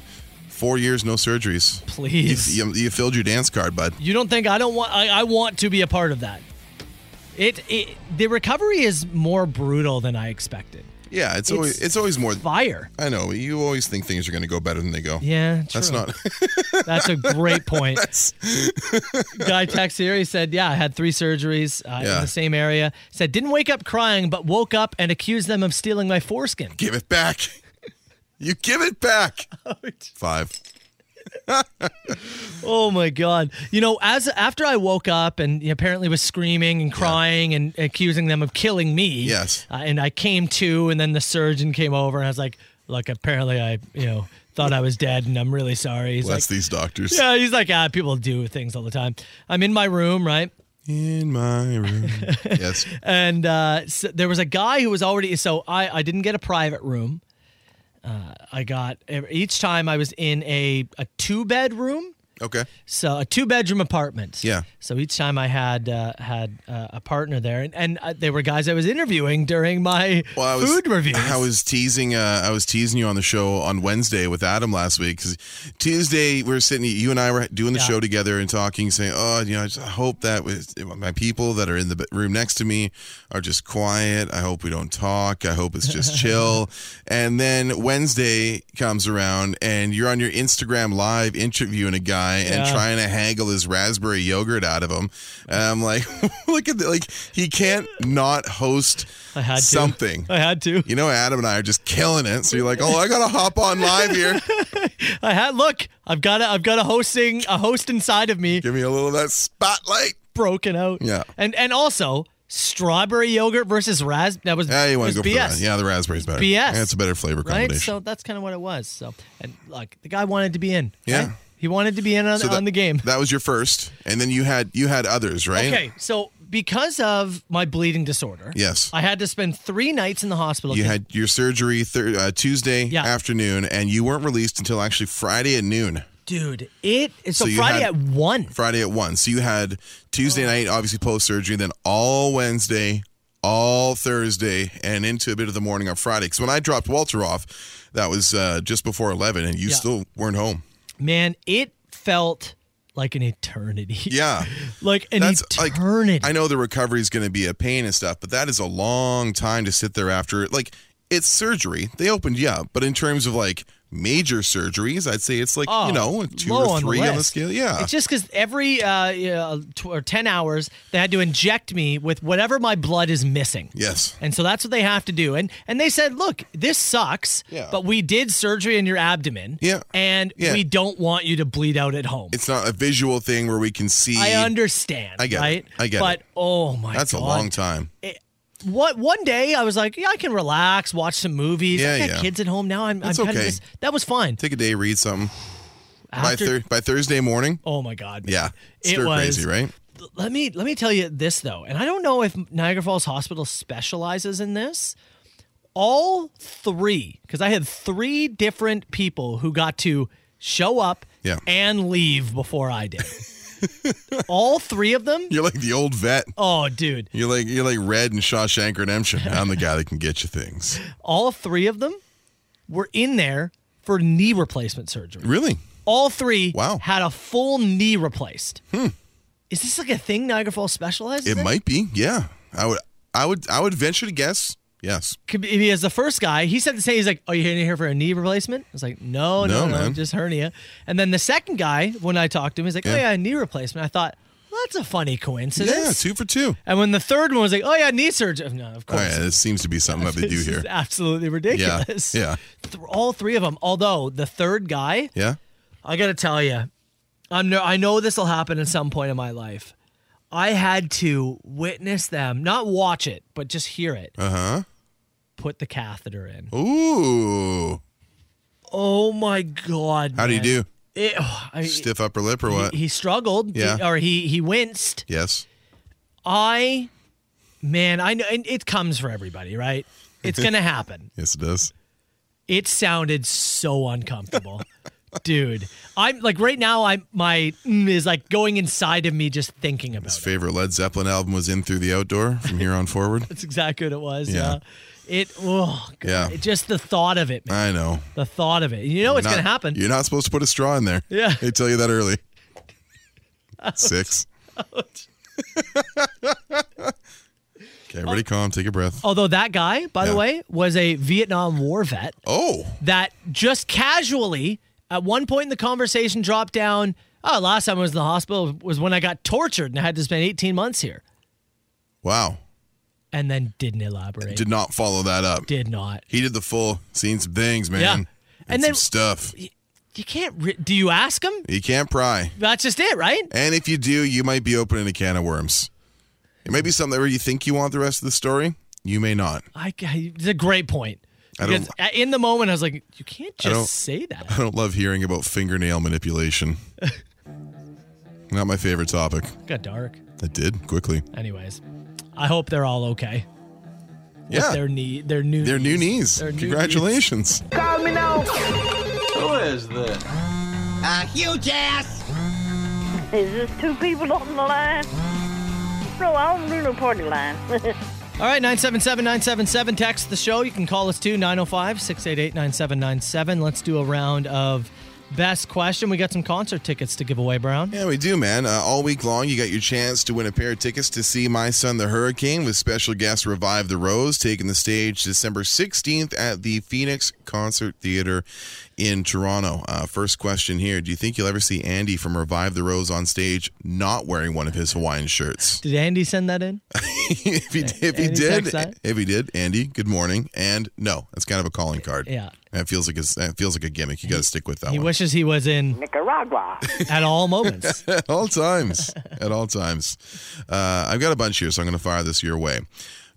four years, no surgeries.
Please.
You, you filled your dance card, bud.
You don't think I don't want? I, I want to be a part of that. It, it the recovery is more brutal than I expected.
Yeah, it's, always it's always more.
Fire.
I know you always think things are going to go better than they go.
Yeah, true.
that's not.
That's a
[LAUGHS]
great point. [LAUGHS] Guy text here. He said, "Yeah, I had three surgeries uh,
Yeah.
in the same area." Said didn't wake up crying, but woke up and accused them of stealing my foreskin.
give it back. You give it back. Five.
Oh my god! You know, as after I woke up and he apparently was screaming and crying and accusing them of killing me.
Yes.
uh, and I came to, and then the surgeon came over, and I was like, "Look, apparently I, you know, thought I was dead, and I'm really sorry." He's
Bless
like,
these doctors.
"Yeah," he's like, "Ah, people do things all the time." I'm in my room, right?
In my room. [LAUGHS] yes.
and uh, s there was a guy who was already so I, I didn't get a private room uh, i got each time i was in a, a two bedroom
Okay.
so a two bedroom apartment
Yeah.
so each time i had uh, had uh, a partner there and, and uh, they were guys i was interviewing during my
Well, I was,
food reviews
[LAUGHS] I was teasing. Uh, I was teasing you on the show on Wednesday with Adam last week because Tuesday we were sitting. You and I were doing the
Yeah.
show together and talking, saying, "Oh, you know, I just hope that with my people that are in the b- room next to me are just quiet. I hope we don't talk. I hope it's
[LAUGHS]
just chill." And then Wednesday comes around, and you're on your Instagram live interviewing a guy and
Yeah.
trying to haggle his raspberry yogurt out of him. And I'm like, [LAUGHS] "Look at that! Like he can't not host."
i had to
something.
i had to
You know, Adam and I are just killing it. So you're like, oh, I gotta hop on live here.
i had look i've got a i've got a hosting a host inside of me
Give me a little of that spotlight.
broken out
Yeah.
and and also strawberry yogurt versus raspberry that was
Yeah, you want
was
to go for
BS.
that? Yeah, the raspberry's better.
BS.
Yeah, it's a better flavor
right?
combination.
So that's kind of what it was. So, and like the guy wanted to be in.
Yeah.
right? he wanted to be in on,
So that-
on the game.
That was your first, and then you had you had others, right?
Okay, so because of my bleeding disorder,
Yes.
I had to spend three nights in the hospital.
You had your surgery thir- uh, Tuesday
Yeah.
afternoon, and you weren't released until actually Friday at noon.
dude. It so,
So you
Friday
had-
at one.
Friday at one. So you had Tuesday night, obviously post surgery, then all Wednesday, all Thursday, and into a bit of the morning on Friday. Because when I dropped Walter off, that was uh, just before eleven, and you
Yeah.
still weren't home.
Man, it felt like an eternity.
Yeah,
[LAUGHS] like an eternity.
I know the recovery is going to be a pain and stuff, but that is a long time to sit there after. Like it's surgery; they opened you up, but in terms of like major surgeries, I'd say it's like
Oh,
you know two
low
or three on the,
list.
scale. Yeah,
It's just because every uh, you know, tw- or 10 hours, they had to inject me with whatever my blood is missing.
yes.
And so that's what they have to do. And and they said, look, this sucks,
Yeah.
but we did surgery in your abdomen.
Yeah.
And
Yeah.
we don't want you to bleed out at home.
It's not a visual thing where we can see.
I understand.
I get it.
right?
I get
but,
it.
oh my
That's
God.
a long time.
What one day I was like, yeah, I can relax, watch some movies. I
Yeah,
got
yeah.
kids at home now. I'm, I'm
That's
kind of
okay.
just, that was fine.
Take a day, read something.
After-
by, thir- by Thursday morning,
oh my God. man.
yeah,
It
stir
was-
crazy, right?
let me let me tell you this though, and I don't know if Niagara Falls Hospital specializes in this. All three, because I had three different people who got to show up
Yeah.
and leave before I did. [LAUGHS] All three of them.
You're like the old vet.
Oh, dude!
You're like you're like Red and
[LAUGHS]
Shawshank Redemption. I'm the guy that can get you things.
All three of them were in there for knee replacement surgery.
Really?
All three
Wow. Hmm.
had a full knee replaced. Is this like a thing Niagara Falls specializes?
It
in?
might be. Yeah. I would. I would. I would venture to guess. Yes.
could be- he is the first guy. He said the same. He's like, "Are you here- here for a knee replacement?" I was like, "No, no,
No,
no,
man.
just hernia." And then the second guy, when I talked to him, he's like, "Oh
Yeah.
yeah, knee replacement." I thought well, that's a funny
Yeah.
coincidence.
Two for two.
and when the third one was like, "Oh yeah, knee surgery," no, of
All
course.
right. This seems to be something that they
[LAUGHS]
do
This
here.
is absolutely ridiculous.
yeah.
Th- all three of them. Although the third guy,
Yeah.
I gotta tell you, I'm no, I know this will happen at some point in my life. I had to witness them, not watch it, but just hear it. Uh huh.
Uh-huh.
Put the catheter in.
Ooh.
Oh my god!
How do you
man.
do?
It- oh, I-
Stiff upper lip
[LAUGHS]
or what?
he, he struggled,
Yeah.
he- or he he winced.
Yes.
I, man, I know and it comes for everybody, right? It's
[LAUGHS]
gonna happen.
Yes, it does.
It sounded so uncomfortable, dude. I'm like right now, I'm my mm, is like going inside of me just thinking about
His
it.
favorite Led Zeppelin album was "In Through the Outdoor" from here on forward.
[LAUGHS] That's exactly what it was.
Yeah.
Yeah. It oh god,
Yeah.
it- just the thought of it, man.
I know.
The thought of it. You know Oh, it's
Not-
gonna happen.
You're not supposed to put a straw in there.
Yeah.
They tell you that early.
[LAUGHS]
Six. [LAUGHS] okay, everybody calm. Take a breath.
Although that guy, by
Yeah.
the way, was a Vietnam War vet.
Oh,
that just casually at one point in the conversation dropped down oh last time i was in the hospital was when i got tortured and i had to spend 18 months here
wow.
and then didn't elaborate
Did not follow that up.
did not
He did the full, seen some things, man.
Yeah.
And,
And
some
then-
stuff.
You can't. Re- Do you ask them?
You can't pry.
That's just it, right?
And if you do, you might be opening a can of worms. It may be something where you think you want the rest of the story. You may not.
I, I- it's a great point.
I don't-
Because a- in the moment, I was like, you can't
don't-
just say that.
I don't love hearing about
[LAUGHS]
fingernail manipulation. not my favorite topic.
It got dark.
It did quickly.
Anyways, I hope they're all okay.
yeah.
Their knee, their new,
Their new knees.
Their new [LAUGHS]
Congratulations.
Is this two people on the line? No, I don't do no party line. [LAUGHS]
All right, 977 977. Text the show. You can call us too, 905 688 9797. Let's do a round of best question. We got some concert tickets to give away, Brown.
Yeah, we do, man. Uh, all week long, you got your chance to win a pair of tickets to see My Son the Hurricane with special guest Revive the Rose taking the stage December 16th at the Phoenix Concert Theater in Toronto. Uh, first question here Do you think you'll ever see Andy from Revive the Rose on stage not wearing one of his Hawaiian shirts? [LAUGHS]
Did Andy send that in?
if he, if he
Andy
did,
text that?
if he did, Andy, good morning. And no, that's kind of a calling card.
Yeah.
That feels like a, that feels like a gimmick. You got to stick with that
He
one.
wishes he was in
Nicaragua.
at all moments.
at [LAUGHS] all times. At all times. Uh, I've got a bunch here, so I'm going to fire this your way.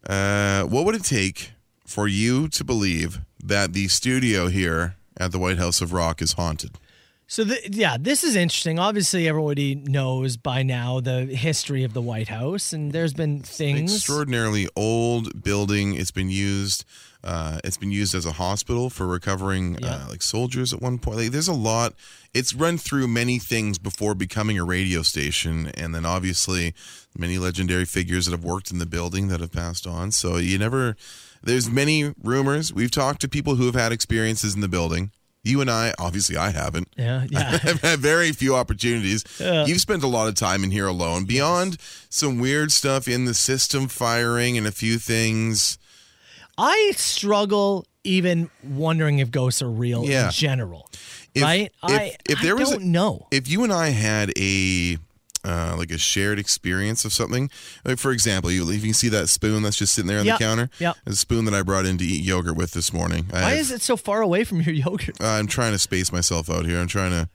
Uh, what would it take for you to believe that the studio here at the White House of Rock is haunted?
So, th yeah, this is interesting. Obviously, everybody knows by now the history of the White House, and there's been things.
Extraordinarily old building. It's been used. Uh, it's been used as a hospital for recovering uh,
Yeah.
like soldiers at one point. Like, there's a lot. It's run through many things before becoming a radio station, and then obviously many legendary figures that have worked in the building that have passed on. So you never. There's many rumors. We've talked to people who have had experiences in the building. You and I, obviously, I haven't.
Yeah, yeah.
I've had very few opportunities. You've spent a lot of time in here alone. Beyond some weird stuff in the system firing and a few things.
I struggle even wondering if ghosts are real
Yeah.
in general.
If,
right?
If,
I,
if
I
there was a-
don't know.
If you and I had a uh, like a shared experience of something, like for example, you if you can see that spoon that's just sitting there on
Yeah,
the counter.
yeah.
The spoon that I brought in to eat yogurt with this morning. I
Why
have-
is it so far away from your [LAUGHS] yogurt?
I'm trying to space myself out here. I'm trying to.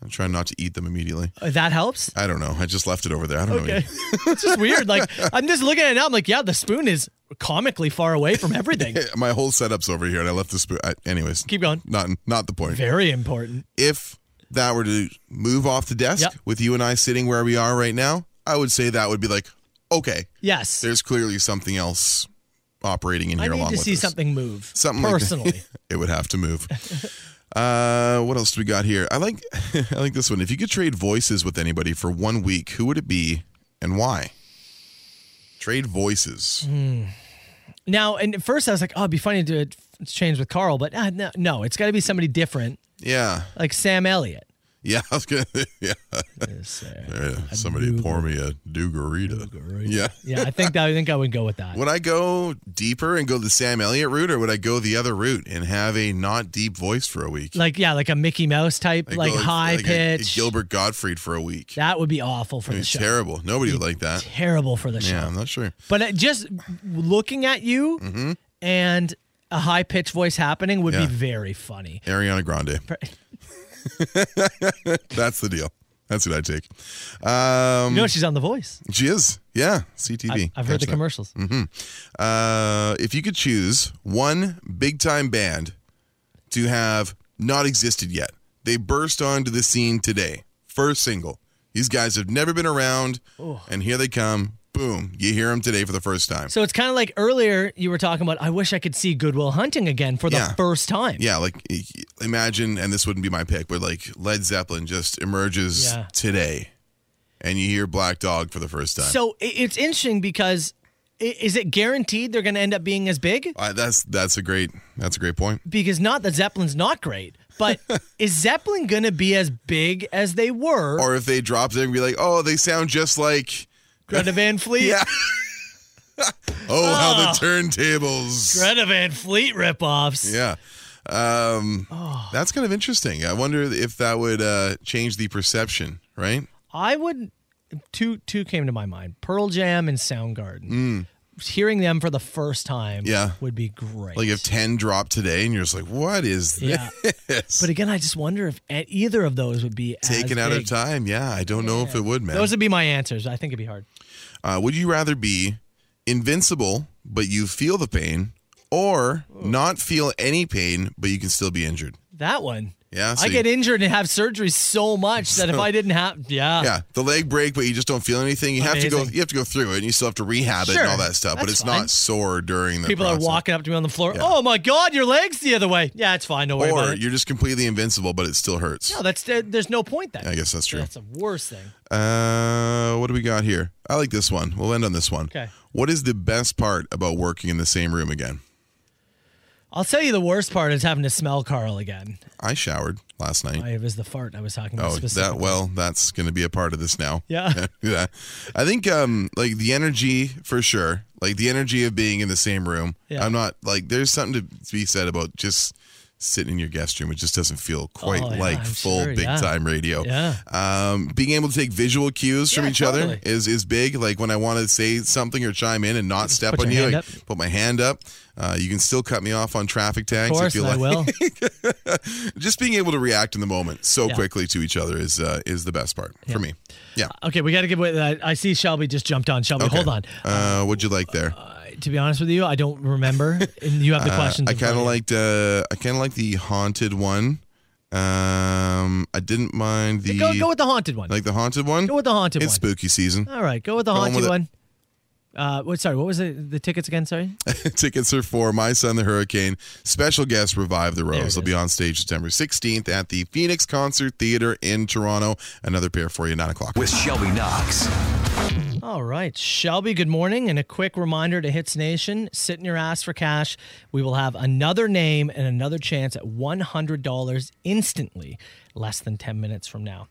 I'm trying not to eat them immediately.
Uh, That helps.
I don't know. I just left it over there. I don't know.
Okay. [LAUGHS] it's just weird.
[LAUGHS]
Like I'm just looking at it now. I'm like, yeah, the spoon is comically far away from
[LAUGHS]
everything.
my whole setup's over here, and I left the spoon. I, anyways,
Keep going.
Not not the point.
Very important.
If that were to move off the desk
Yep.
with you and I sitting where we are right now, I would say that would be like, okay,
Yes.
there's clearly something else operating in
I
here
need
along
to
with
see
this.
something move.
Something like that.
personally.
[LAUGHS] It would have to
[LAUGHS]
move. uh, what else do we got here? I like [LAUGHS] I like this one. If you could trade voices with anybody for one week, who would it be and why? Trade voices.
Mm. now, and at first I was like, oh, it'd be funny to change with Carl, but uh, no, no, it's got to be somebody different,
Yeah. [LAUGHS]
like Sam Elliott.
Yeah, I was gonna. [LAUGHS] Yeah,
It's, uh,
Yeah, somebody pour me a Dugarita. Yeah.
yeah, I think that, I think I would go with
[LAUGHS]
that.
Would I go deeper and go the Sam Elliott route, or would I go the other route and have a not deep voice for a week?
Like yeah, like a Mickey Mouse type,
I'd
like
go
high
like a- a
pitch.
Gilbert Gottfried for a week.
that would be awful for
It'd
the
be
show.
terrible. Nobody would like that.
Terrible for the show.
Yeah, I'm not sure.
But it just looking at you and a high pitched voice happening would
Mm-hmm. Yeah.
be very funny.
Ariana Grande. [LAUGHS] That's the deal. That's what I take. Um,
You know she's on The Voice.
she is. Yeah, CTV.
I've, I've heard the
Catch that.
commercials.
Uh, if you could choose one big time band to have not existed yet, they burst onto the scene today. First single. These guys have never been around, and here they come. Boom. You hear them today for the first time.
So it's kind of like earlier you were talking about. I wish I could see Goodwill Hunting again for the
Yeah.
first time.
yeah, like i- imagine, and this wouldn't be my pick, but like Led Zeppelin just emerges
Yeah.
today, and you hear Black Dog for the first time.
So i- it's interesting because i- is it guaranteed they're going to end up being as big?
Uh, that's that's a great that's a great point.
Because not that Zeppelin's not great,
[LAUGHS]
but is Zeppelin going to be as big as they were?
Or if they drop it and be like, oh, they sound just like
Greta Van Fleet.
[LAUGHS] Yeah. Oh, how
Ah.
the turntables.
Greta Van Fleet ripoffs.
Yeah. Um,
Oh.
That's kind of interesting. I wonder if that would uh, change the perception, right?
I would two two came to my mind: Pearl Jam and Soundgarden. hearing them for the first time
Yeah.
would be great.
Like if 10 dropped today and you're just like, what is [LAUGHS]
Yeah.
this?
but again, I just wonder if a- either of those would be
Taken
as
out
big.
of time. Yeah, I don't know if it would, man.
Those would be my answers. I think it'd be hard.
Uh, would you rather be invincible, but you feel the pain, or not feel any pain, but you can still be injured?
That one.
Yeah, so
I
you-
get injured and have surgery so much that if I didn't have, yeah,
Yeah, the leg break, but you just don't feel anything. You have to go.
Amazing.
You have to go through it, and you still have to rehab it
Sure,
and all that stuff. But
that's
it's
fine.
not sore during the
people are
process.
walking up to me on the floor. Oh my God, your leg's the other way. Yeah, it's fine. Don't worry
or
about it.
you're just completely invincible, but it still hurts.
No, that's there- there's no point then.
I guess that's true.
That's the worst thing.
Uh, what do we got here? I like this one. We'll end on this one.
Okay.
What is the best part about working in the same room again?
I'll tell you the worst part is having to smell Carl again.
I showered last night.
I, it was the fart I was talking about
Oh,
specifically.
that well, that's going to be a part of this now.
Yeah.
[LAUGHS] yeah. I think um like the energy for sure. Like the energy of being in the same room.
Yeah.
I'm not like there's something to be said about just sitting in your guest room. It just doesn't feel quite
Oh, yeah,
like
I'm
full
sure,
big
yeah.
time radio.
Yeah.
Um being able to take visual cues from
Yeah,
each
totally.
other is is big. Like when I want to say something or chime in and not step
put
on
your
you,
hand
I
up.
put my hand up. Uh, you can still cut me off on traffic
of
tags
course,
if you
and I
like [LAUGHS]
will.
just being able to react in the moment so
Yeah.
quickly to each other is uh, is the best part for me. Yeah.
Okay, we got to give away that. I see Shelby just jumped on. Shelby,
Okay.
Uh, hold on.
Uh, what'd you like there?
To be honest with you, I don't remember. and you have the questions.
Uh, I
in front
kind of
you.
liked. Uh, I kind of like the haunted one. Um, I didn't mind the
Go, go with the haunted one.
like the haunted one.
go with the haunted
it's
one.
spooky season. [LAUGHS]
All right, go with the
Going
haunted
with it.
one. Uh, what? Sorry, what was it? The tickets again? Sorry.
Tickets are for My Son the Hurricane. Special guest Revive the
it
Rose. They'll be
is.
on stage September 16th at the Phoenix Concert Theater in Toronto. Another pair for you, 9 o'clock.
with Shelby Knox.
All right, Shelby. Good morning, and a quick reminder to Hits Nation: sit in your ass for cash. We will have another name and another chance at one hundred dollars instantly, less than ten minutes from now.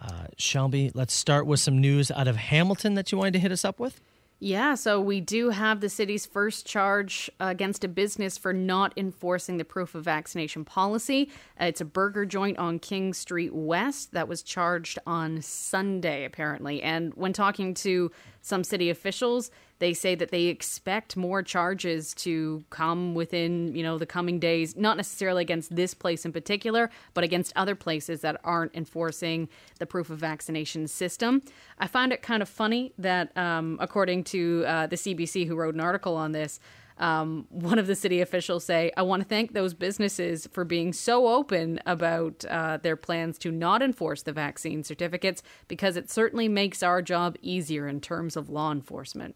Uh, Shelby, let's start with some news out of Hamilton that you wanted to hit us up with.
Yeah, so we do have the city's first charge against a business for not enforcing the proof of vaccination policy. Uh, it's a burger joint on King Street West that was charged on Sunday, apparently. And when talking to some city officials, they say that they expect more charges to come within, you know, the coming days, not necessarily against this place in particular, but against other places that aren't enforcing the proof of vaccination system. I find it kind of funny that, um, according to uh, the CBC, who wrote an article on this, um, one of the city officials say, "I want to thank those businesses for being so open about uh, their plans to not enforce the vaccine certificates because it certainly makes our job easier in terms of law enforcement."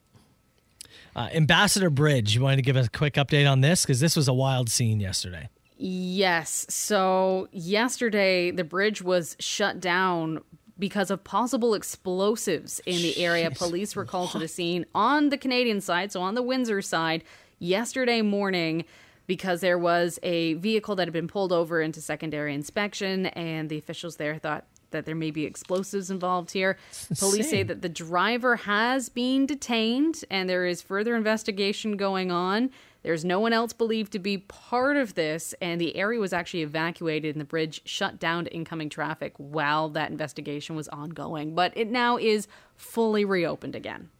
Uh, Ambassador Bridge, you wanted to give us a quick update on this because this was a wild scene yesterday.
Yes. So yesterday, the bridge was shut down because of possible explosives in the area. Police were called to the scene on the Canadian side, so on the Windsor side, yesterday morning because there was a vehicle that had been pulled over into secondary inspection, and the officials there thought that there may be explosives involved here. Police say
insane.
that the driver has been detained and there is further investigation going on. There's no one else believed to be part of this, and the area was actually evacuated and the bridge shut down to incoming traffic while that investigation was ongoing. But it now is fully reopened again.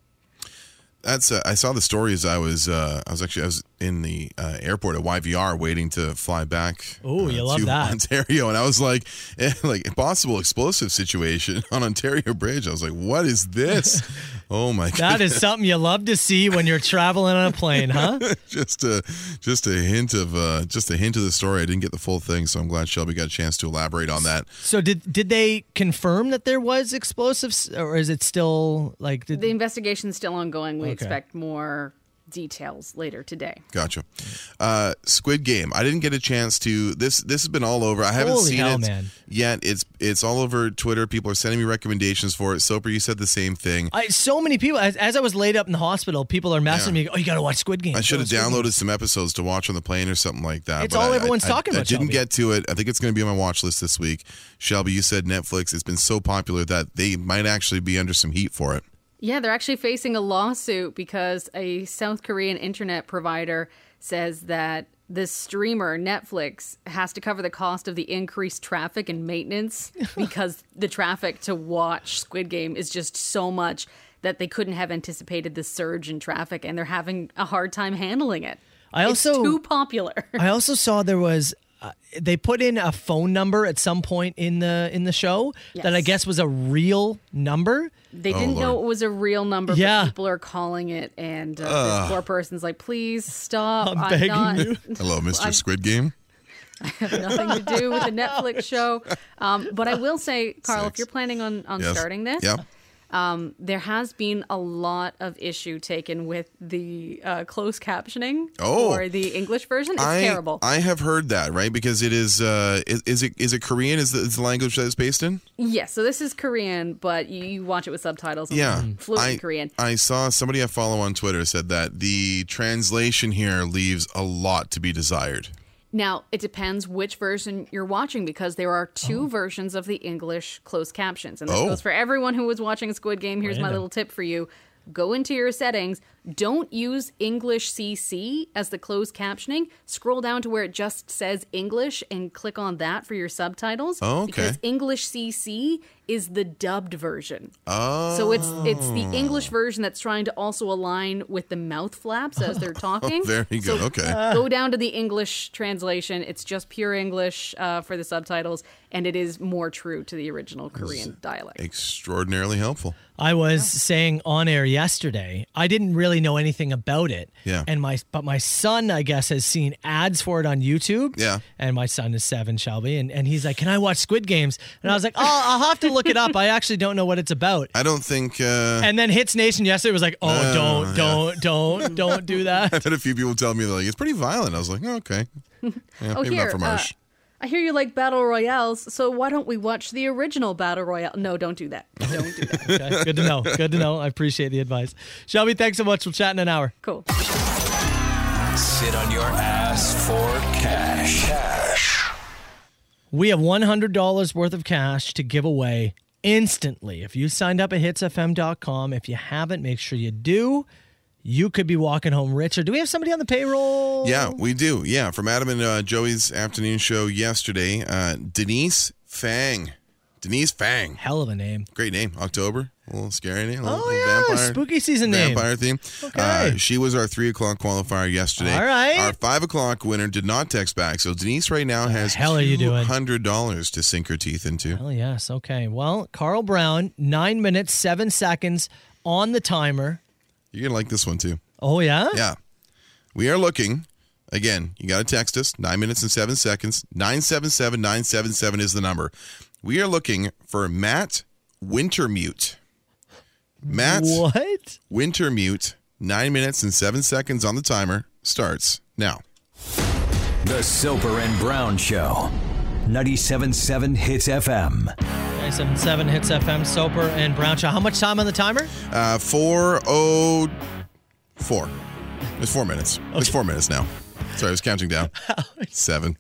That's uh, I saw the story as I was uh, I was actually I was in the uh, airport at YVR waiting to fly back.
Ooh,
uh,
you love
to
that.
Ontario, and I was like, [LAUGHS] eh, like possible explosive situation [LAUGHS] on Ontario Bridge. I was like, what
[LAUGHS]
is this? oh my god,
That is something you love to see when you're traveling on a plane, huh?
[LAUGHS] just a just a hint of uh, just a hint of the story. I didn't get the full thing, so I'm glad Shelby got a chance to elaborate on that.
So did did they confirm that there was explosives, or is it still like did,
The investigation is still ongoing. We
Okay.
expect more details later today.
Gotcha. Uh, Squid Game. I didn't get a chance to this. This has been all over. I haven't
Holy
seen
hell,
it
man.
yet. It's it's all over Twitter. People are sending me recommendations for it. Soper, you said the same thing.
I, so many people? As, as I was laid up in the hospital, people are messaging me. Oh, you got to watch Squid Game.
I should have
Squid Game."
downloaded some episodes to watch on the plane or something like that.
It's
but
all
I-
everyone's
I-
talking
I,
about,
I didn't
Shelby.
get to it. I think it's going to be on my watch list this week. Shelby, you said Netflix. It's been so popular that they might actually be under some heat for it.
Yeah, they're actually facing a lawsuit because a South Korean internet provider says that this streamer, Netflix, has to cover the cost of the increased
[LAUGHS]
traffic and maintenance because the traffic to watch Squid Game is just so much that they couldn't have anticipated the surge in traffic and they're having a hard time handling it.
I also
it's
[LAUGHS]
too popular.
I also saw there was uh, they put in a phone number at some point in the in the show that I
Yes.
guess was a real number.
They didn't know it was a real number, but
Yeah.
people are calling it, and uh, this poor person's like, "Please stop! I'm,
begging
not
you."
Hello, Mr. Squid Game.
have nothing to do with the Netflix show." Um, but I will say, Carl, if you're planning on on
Yes.
starting this,
Yep.
there has been a lot of issue taken with the uh, closed captioning
Oh.
or the English version. It's
I,
terrible.
I have heard that, right? Because it is, uh, is, is it is it Korean? Is the, is the language that it's based in?
yeah, so this is Korean, but you, you watch it with subtitles. and
Yeah,
it's fluent
I,
in Korean.
I saw somebody I follow on Twitter said that the translation here leaves a lot to be desired.
Now, it depends which version you're watching because there are two versions of the English closed captions. And this
Oh.
goes for everyone who was watching Squid Game. Here's my
Random.
little tip for you go into your settings, don't use English CC as the closed captioning. Scroll down to where it just says English and click on that for your subtitles.
Oh, okay.
Because English CC is the dubbed version. Oh. So it's it's the English version that's trying to also align with the mouth flaps
[LAUGHS]
as they're talking.
Oh, There you go.
So uh,
Okay.
go down to the English translation. It's just pure English uh, for the subtitles, and it is more true to the original Korean dialect.
Extraordinarily helpful.
I was saying on air yesterday, I didn't really know anything about it.
Yeah.
And my but my son, I guess, has seen ads for it on YouTube.
Yeah.
And my son is seven, Shelby, and, and he's like, Can I watch Squid Games? And I was like, Oh, I'll have to look it up. I actually don't know what it's about.
I don't think. Uh, [LAUGHS]
And then Hits Nation yesterday was like, Oh, don't, don't, [LAUGHS] don't, don't do that.
I've had a few people tell me like it's pretty violent. I was like, oh,
[LAUGHS]
okay, Yeah,
oh,
maybe
here.
not from
uh,
us.
I hear you like battle royales, so why don't we watch the original battle royale? No, don't do that. Don't do that.
Okay, good to know. Good to know. I appreciate the advice. Shelby, thanks so much. We'll chat in an hour.
Cool.
Sit on your ass for cash.
We have $100 worth of cash to give away instantly. If you signed up at hitsfm.com, if you haven't, make sure you do. You could be walking home richer. Do we have somebody on the payroll?
Yeah,
oh.
we do. Yeah, from Adam and uh, Joey's afternoon show yesterday, uh, Denise Fang. Denise Fang.
Hell of a name.
Great name. October. A little scary name. A little,
Oh,
little
yeah.
vampire.
Spooky season name.
Vampire theme.
Okay.
Uh, she was our three o'clock qualifier yesterday.
All right.
Our five o'clock winner did not text back. So Denise right now has
hell are you doing?
$200 to sink her teeth into.
Oh, yes. Okay. Well, Carl Brown, nine minutes, seven seconds on the timer.
You're going to like this one too.
Oh, yeah?
Yeah. We are looking. Again, you got to text us. Nine minutes and seven seconds. 977 977 is the number. We are looking for Matt Wintermute. Matt
What?
Wintermute, nine minutes and seven seconds on the timer, starts now.
The Soper and Brown Show. 97.7 Hits FM.
977 hits FM, Soper and Brown Show. How much time on the timer?
Uh, 404. It's four minutes. It's four minutes now. Sorry, I was
[LAUGHS]
counting down. Seven.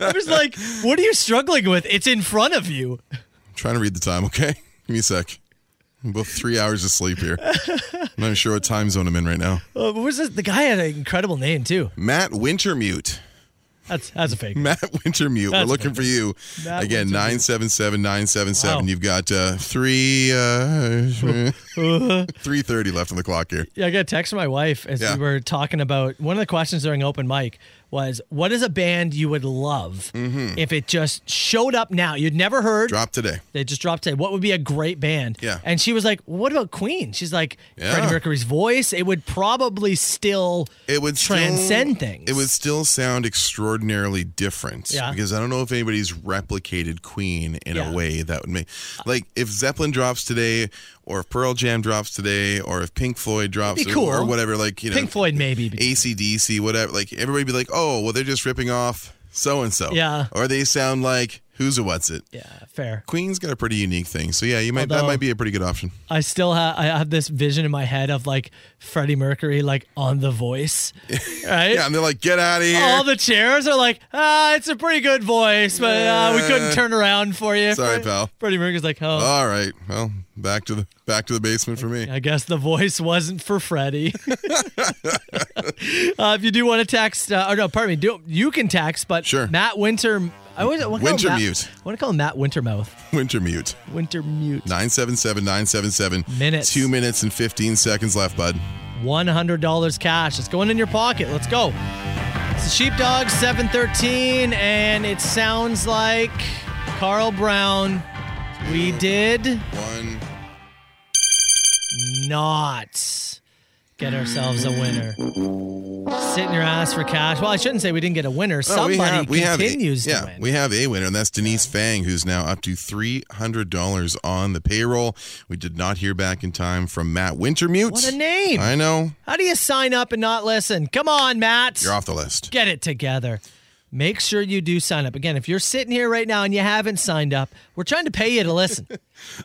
I was like, what are you struggling with? It's in front of you.
I'm trying to read the time, okay? [LAUGHS] Give me a sec. I'm both three hours of sleep here. I'm not even sure what time zone I'm in right now.
Uh, what was this? The guy had an incredible name, too.
Matt Wintermute. [LAUGHS]
That's, that's a fake.
Matt Wintermute. We're
That's
looking for you.
Matt
Again,
Wintermute.
977 977.
Wow.
You've got uh, three,
[LAUGHS]
uh,
Uh-huh.
3.30 left on the clock here.
Yeah, I got a text from my wife as
Yeah.
we were talking about one of the questions during open mic was what is a band you would love
Mm-hmm.
if it just showed up now? You'd never heard.
Drop today.
They just dropped it. What would be a great band?
Yeah.
And she was like, "What about Queen?" She's like,
Yeah.
"Freddie Mercury's voice. It would probably still
it would still-
transcend things.
It would still sound extraordinarily different.
Yeah.
Because I don't know if anybody's replicated Queen in
Yeah.
a way that would make like if Zeppelin drops today, or if Pearl Jam drops today, or if Pink Floyd drops
be
or-
cool.
or whatever, like you know
Pink Floyd maybe. be-
ACDC, whatever, like everybody'd be like, Oh, well they're just ripping off so and so.
Yeah.
Or they sound like who's a what's it.
yeah, fair.
Queen's got a pretty unique thing. So yeah, you might that
Although-
might be a pretty good option.
I still have I have this vision in my head of like Freddie Mercury like on The
[LAUGHS]
Voice, right?
Yeah, and they're like, get out of here.
all the chairs are like, ah, it's a pretty good voice, but uh, we couldn't
Yeah.
turn around for you.
Sorry,
Fre-
pal.
Freddie Mercury's like, oh,
All right. Well, back to the back to the basement for me.
I guess the voice wasn't for
[LAUGHS]
Freddie. [LAUGHS] oh, uh, if you do want to text, uh, or no, pardon me, do, you can text, but
Sure.
Matt Winter I always what do I call him, Matt-
Wintermute.
I want to call him Matt Wintermouth.
Winter mute.
Wintermute.
977 977.
Minutes.
Two minutes and 15 seconds left, bud.
$100 cash. It's going in your pocket. Let's go. It's the Sheepdog 713, and it sounds like Carl Brown. We did
One.
not get ourselves a winner. Sitting your ass for cash. Well, I shouldn't say we didn't get a winner.
No,
Somebody continues
a, yeah,
to win.
we have a winner, and that's Denise Fang, who's now up to three hundred dollars on the payroll. We did not hear back in time from Matt Wintermute.
what a name.
I know
How do you sign up and not listen? Come on, Matt.
you're off the list. [LAUGHS]
get it together. Make sure you do sign up. Again, if you're sitting here right now and you haven't signed up, we're trying to pay you to listen.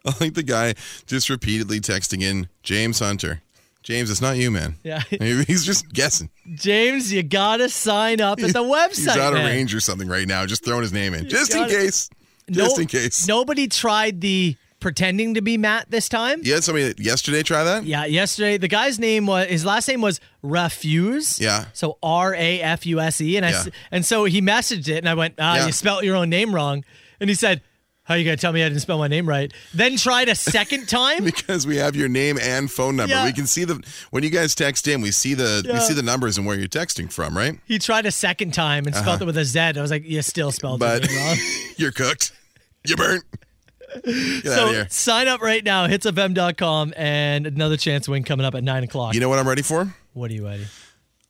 I like the guy just repeatedly texting in James Hunter. James, it's not you, man.
Yeah.
[LAUGHS] he's just guessing.
James, you gotta sign
[LAUGHS]
up at the website.
He's out of
man.
range or something right now, just throwing his name in, just in
got it.
case.
No-
Just in case.
Nobody tried the pretending to be Matt this time.
You had somebody yesterday try that.
Yeah, yesterday the guy's name was his last name was Refuse.
Yeah.
So R A F U S E, and I s-
Yeah.
and so he messaged it, and I went, ah,
Yeah.
you spelt your own name wrong, and he said, how you gonna tell me I didn't spell my name right? Then tried a
[LAUGHS]
second time.
[LAUGHS] because we have your name and phone number.
Yeah.
We can see the when you guys text in, we see the we
Yeah.
see the numbers and where you're texting from, right?
He tried a second time and spelled it with a Z. I was like, you still spelled
Uh-huh. But
it wrong.
you're cooked. You burnt. [LAUGHS] Get out of
So
here.
sign up right now, hitsfm.com, and another chance to win coming up at 9 o'clock.
You know what I'm ready for?
what are you, Eddie?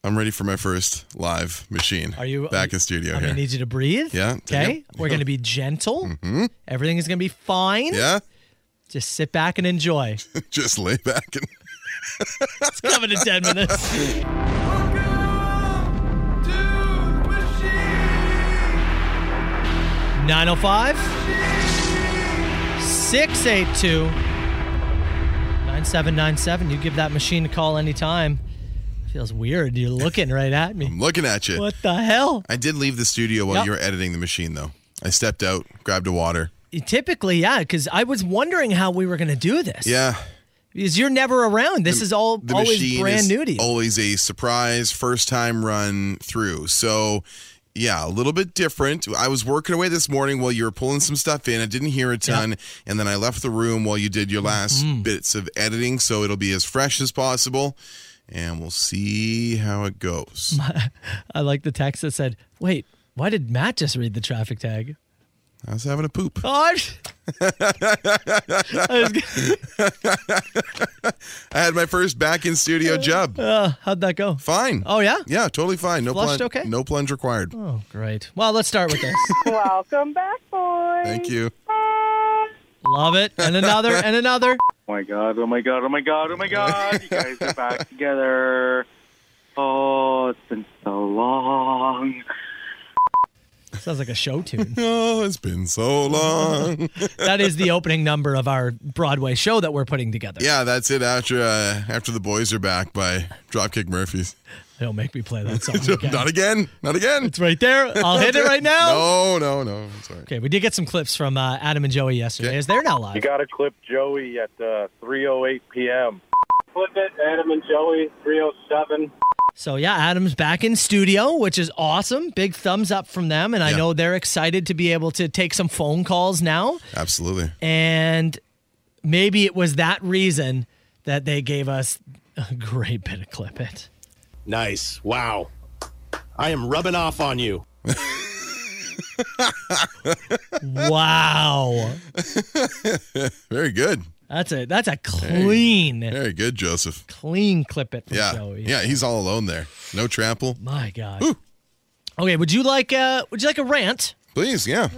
I'm ready for my first live machine.
Are you
back
are-
in studio
I'm
here?
gonna need you to breathe.
Yeah,
Okay.
yep,
We're gonna be gentle. Everything is gonna be fine.
yeah, [LAUGHS]
Just sit back and enjoy.
just lay back and [LAUGHS]
It's coming in 10 minutes. Nine oh five. Six eight two. Nine seven nine seven. You give that machine a call anytime. Feels weird. You're looking right at me.
[LAUGHS] I'm looking at you.
What the hell?
I did leave the studio while
Yep.
you were editing the machine, though. I stepped out, grabbed a water.
Typically, yeah, because I was wondering how we were gonna do this.
Yeah,
because you're never around. This is all
the
always
machine
brand
is
new to you.
Always a surprise, first time run through. So, yeah, a little bit different. I was working away this morning while you were pulling some stuff in. I didn't hear a ton, and then I left the room while you did your last
Mm-hmm.
bits of editing. So it'll be as fresh as possible, and we'll see how
[LAUGHS]
it goes.
I like the text that said, "Wait, why did Matt just read the traffic tag?"
I was having a poop.
Oh, I'm- I was gonna-
I had my first back
[LAUGHS]
in studio job.
[LAUGHS] how'd that go?
Fine.
Oh yeah.
Yeah, totally fine. No
Flushed
plunge.
okay?
No plunge required.
Oh great. Well, let's start
[LAUGHS]
with this.
Welcome back, boys.
Thank you.
Love it, and another, and another.
Oh my god, oh my god, oh my god, oh my god. You guys are back together. Oh, it's been so long.
Sounds like a show tune.
Oh, it's been so long.
That is the opening number of our Broadway show that we're putting together.
Yeah, that's it. After uh, after the boys are back by Dropkick Murphys.
[LAUGHS] Don't make me play that song again.
[LAUGHS] Not again. Not again.
it's right there. I'll hit it right now.
[LAUGHS] No, no, no. It's all right.
Okay, we did get some clips from uh, Adam and Joey yesterday.
Okay.
Is they're now live?
got to clip Joey at uh, 3.08 p.m. Clip it, Adam and Joey, 3.07.
So yeah, Adam's back in studio, which is awesome. Big thumbs up from them, and I
Yeah.
know they're excited to be able to take some phone calls now.
Absolutely.
And maybe it was that reason that they gave us a great bit of clip it.
Nice. Wow. I am rubbing off on you.
Wow,
Very good.
that's a that's a clean
Very good, Joseph.
clean clip it from
Yeah.
Joey.
Yeah, he's all alone there. No trample.
My God. Okay, would you like uh would you like a rant?
Please, yeah.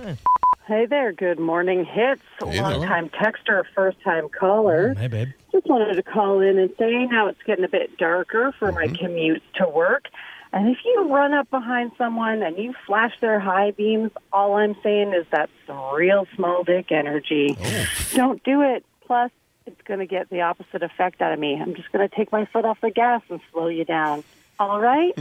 Hey there. Good morning, hits.
Hey there.
Long time texter, first time caller.
Hey babe.
Just wanted to call in and say now it's getting a bit darker for my
Mm-hmm.
commute to work. And if you run up behind someone and you flash their high beams, all I'm saying is that's some real small dick energy.
Oh.
Don't do it. Plus, it's going to get the opposite effect out of me. I'm just going to take my foot off the gas and slow you down. All right.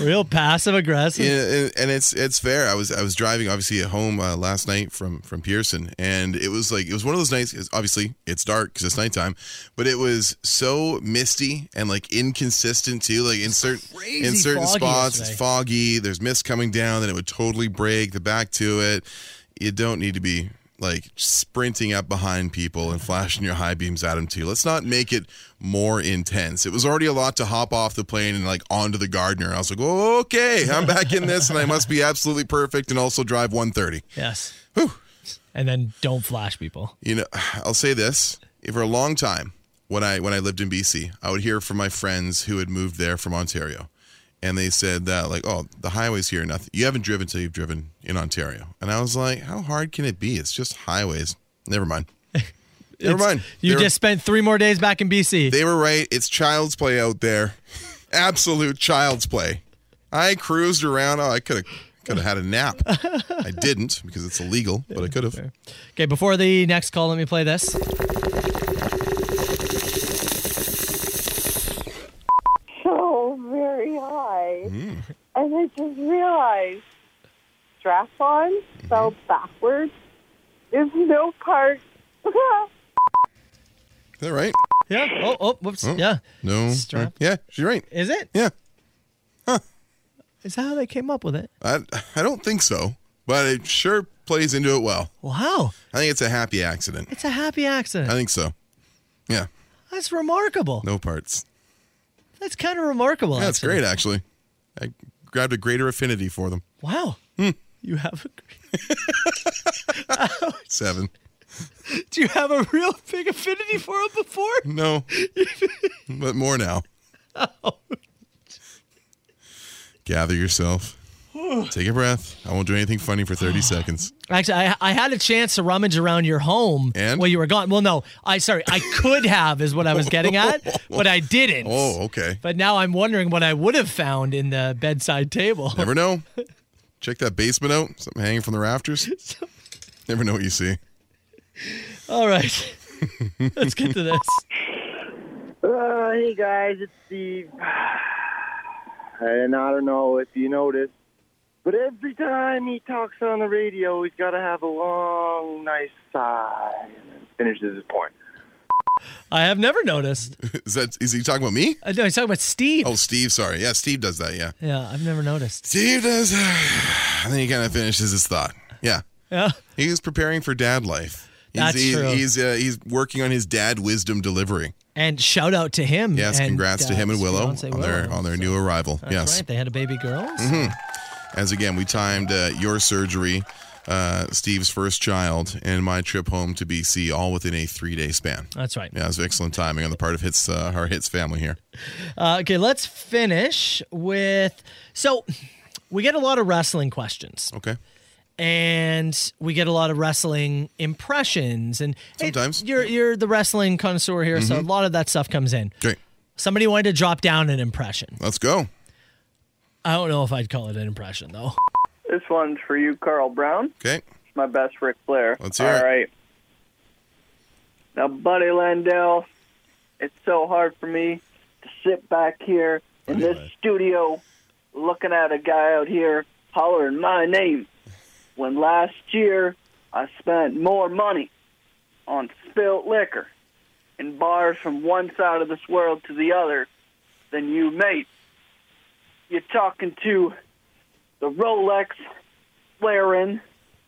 Real passive aggressive.
Yeah, and- and it's it's fair. I was I was driving obviously at home uh, last night from from Pearson, and it was like it was one of those nights. 'cause Obviously, it's dark because it's nighttime, but it was so misty and like inconsistent too. Like in certain
crazy
in certain
foggy
spots,
yesterday.
it's foggy. There's mist coming down, then it would totally break the back to it. You don't need to be like sprinting up behind people and flashing your high beams at them too. Let's not make it more intense. It was already a lot to hop off the plane and like onto the gardener. I was like, okay, I'm back in this and I must be absolutely perfect and also drive 130.
Yes. And then don't flash people.
You know, [SIGHS] I'll say this for a long time when I when I lived in BC, I would hear from my friends who had moved there from Ontario, and they said that like, oh, the highways here, are nothing. You haven't driven till you've driven in Ontario, and I was like, how hard can it be? It's just highways. Never mind. Never
[LAUGHS] It's-
mind.
You
They were-
just spent three more days back in BC.
they were right. It's child's play out there. [LAUGHS] Absolute child's play. I cruised around. Oh, I could have could have had
[LAUGHS]
a nap. I didn't because it's illegal, but I could have.
okay, before the next call, let me play this.
so very high. And I just realized strap on fell backwards. There's no [LAUGHS] part.
Is that right?
Yeah. Oh, oh, whoops. Yeah.
No.
Strap.
Yeah, she's right.
Is it?
Yeah.
Is that how they came up with it?
I, I don't think so, but it sure plays into it well.
Wow.
I think it's a happy accident.
It's a happy accident.
I think so. Yeah,
That's remarkable.
no parts.
That's kind of remarkable.
That's
actually.
great, actually. I grabbed a greater affinity for them.
Wow.
Hmm.
You have a, [LAUGHS]
Seven.
do you have a real big affinity for him before?
No, but more now. Gather yourself. Take a breath. I won't do anything funny for 30 seconds.
Actually, I, I had a chance to rummage around your home
And?
while you were gone. Well, no, I sorry, I could have is what I was getting at, but I didn't.
[LAUGHS] Oh, okay.
But now I'm wondering what I would have found in the bedside table.
Never know. Check that basement out. Something hanging from the rafters. Never know what you see.
[LAUGHS] All right, let's get to this.
Oh, hey guys, it's Steve. [SIGHS] And I don't know if you noticed, but every time he talks on the radio, he's got to have a long, nice sigh and then finishes his point.
I have never noticed.
Is that is he talking about me?
Uh, no, he's talking about Steve.
[LAUGHS] Oh, Steve. Sorry. Yeah, Steve does that. Yeah,
Yeah, I've never noticed.
Steve does. [SIGHS] And then he kind of finishes his thought. Yeah,
Yeah,
he's preparing for dad life. He's,
That's
he's,
true.
He's uh, he's working on his dad wisdom delivery.
and shout out to him.
Yes,
and,
congrats to
uh,
him and
his
Willow on
fiancée
their
Willow.
on their new arrival.
That's
yes, Mm-hmm.
right. They had a baby girl. so-
as again we timed uh, your surgery, uh, Steve's first child, and my trip home to BC all within a three day span.
That's right.
Yeah, it was excellent timing on the part of Hits uh, our Hits family here.
Uh, okay, let's finish with. So, we get a lot of wrestling questions,
Okay.
and we get a lot of wrestling impressions, and it-
Sometimes. Mm-hmm.
you're you're the wrestling connoisseur here, so a lot of that stuff comes in.
Okay.
Somebody wanted to drop down an impression.
Let's go.
I don't know if I'd call it an impression though. [LAUGHS]
This one's for you, Carl Brown.
Okay.
My best Ric Flair.
Let's hear it.
All right. Now, Buddy Landell, it's so hard for me to sit back here in this studio looking at a guy out here hollering my name when last year I spent more money on spilt liquor in bars from one side of this world to the other than you made. You're talking to the Rolex flaring,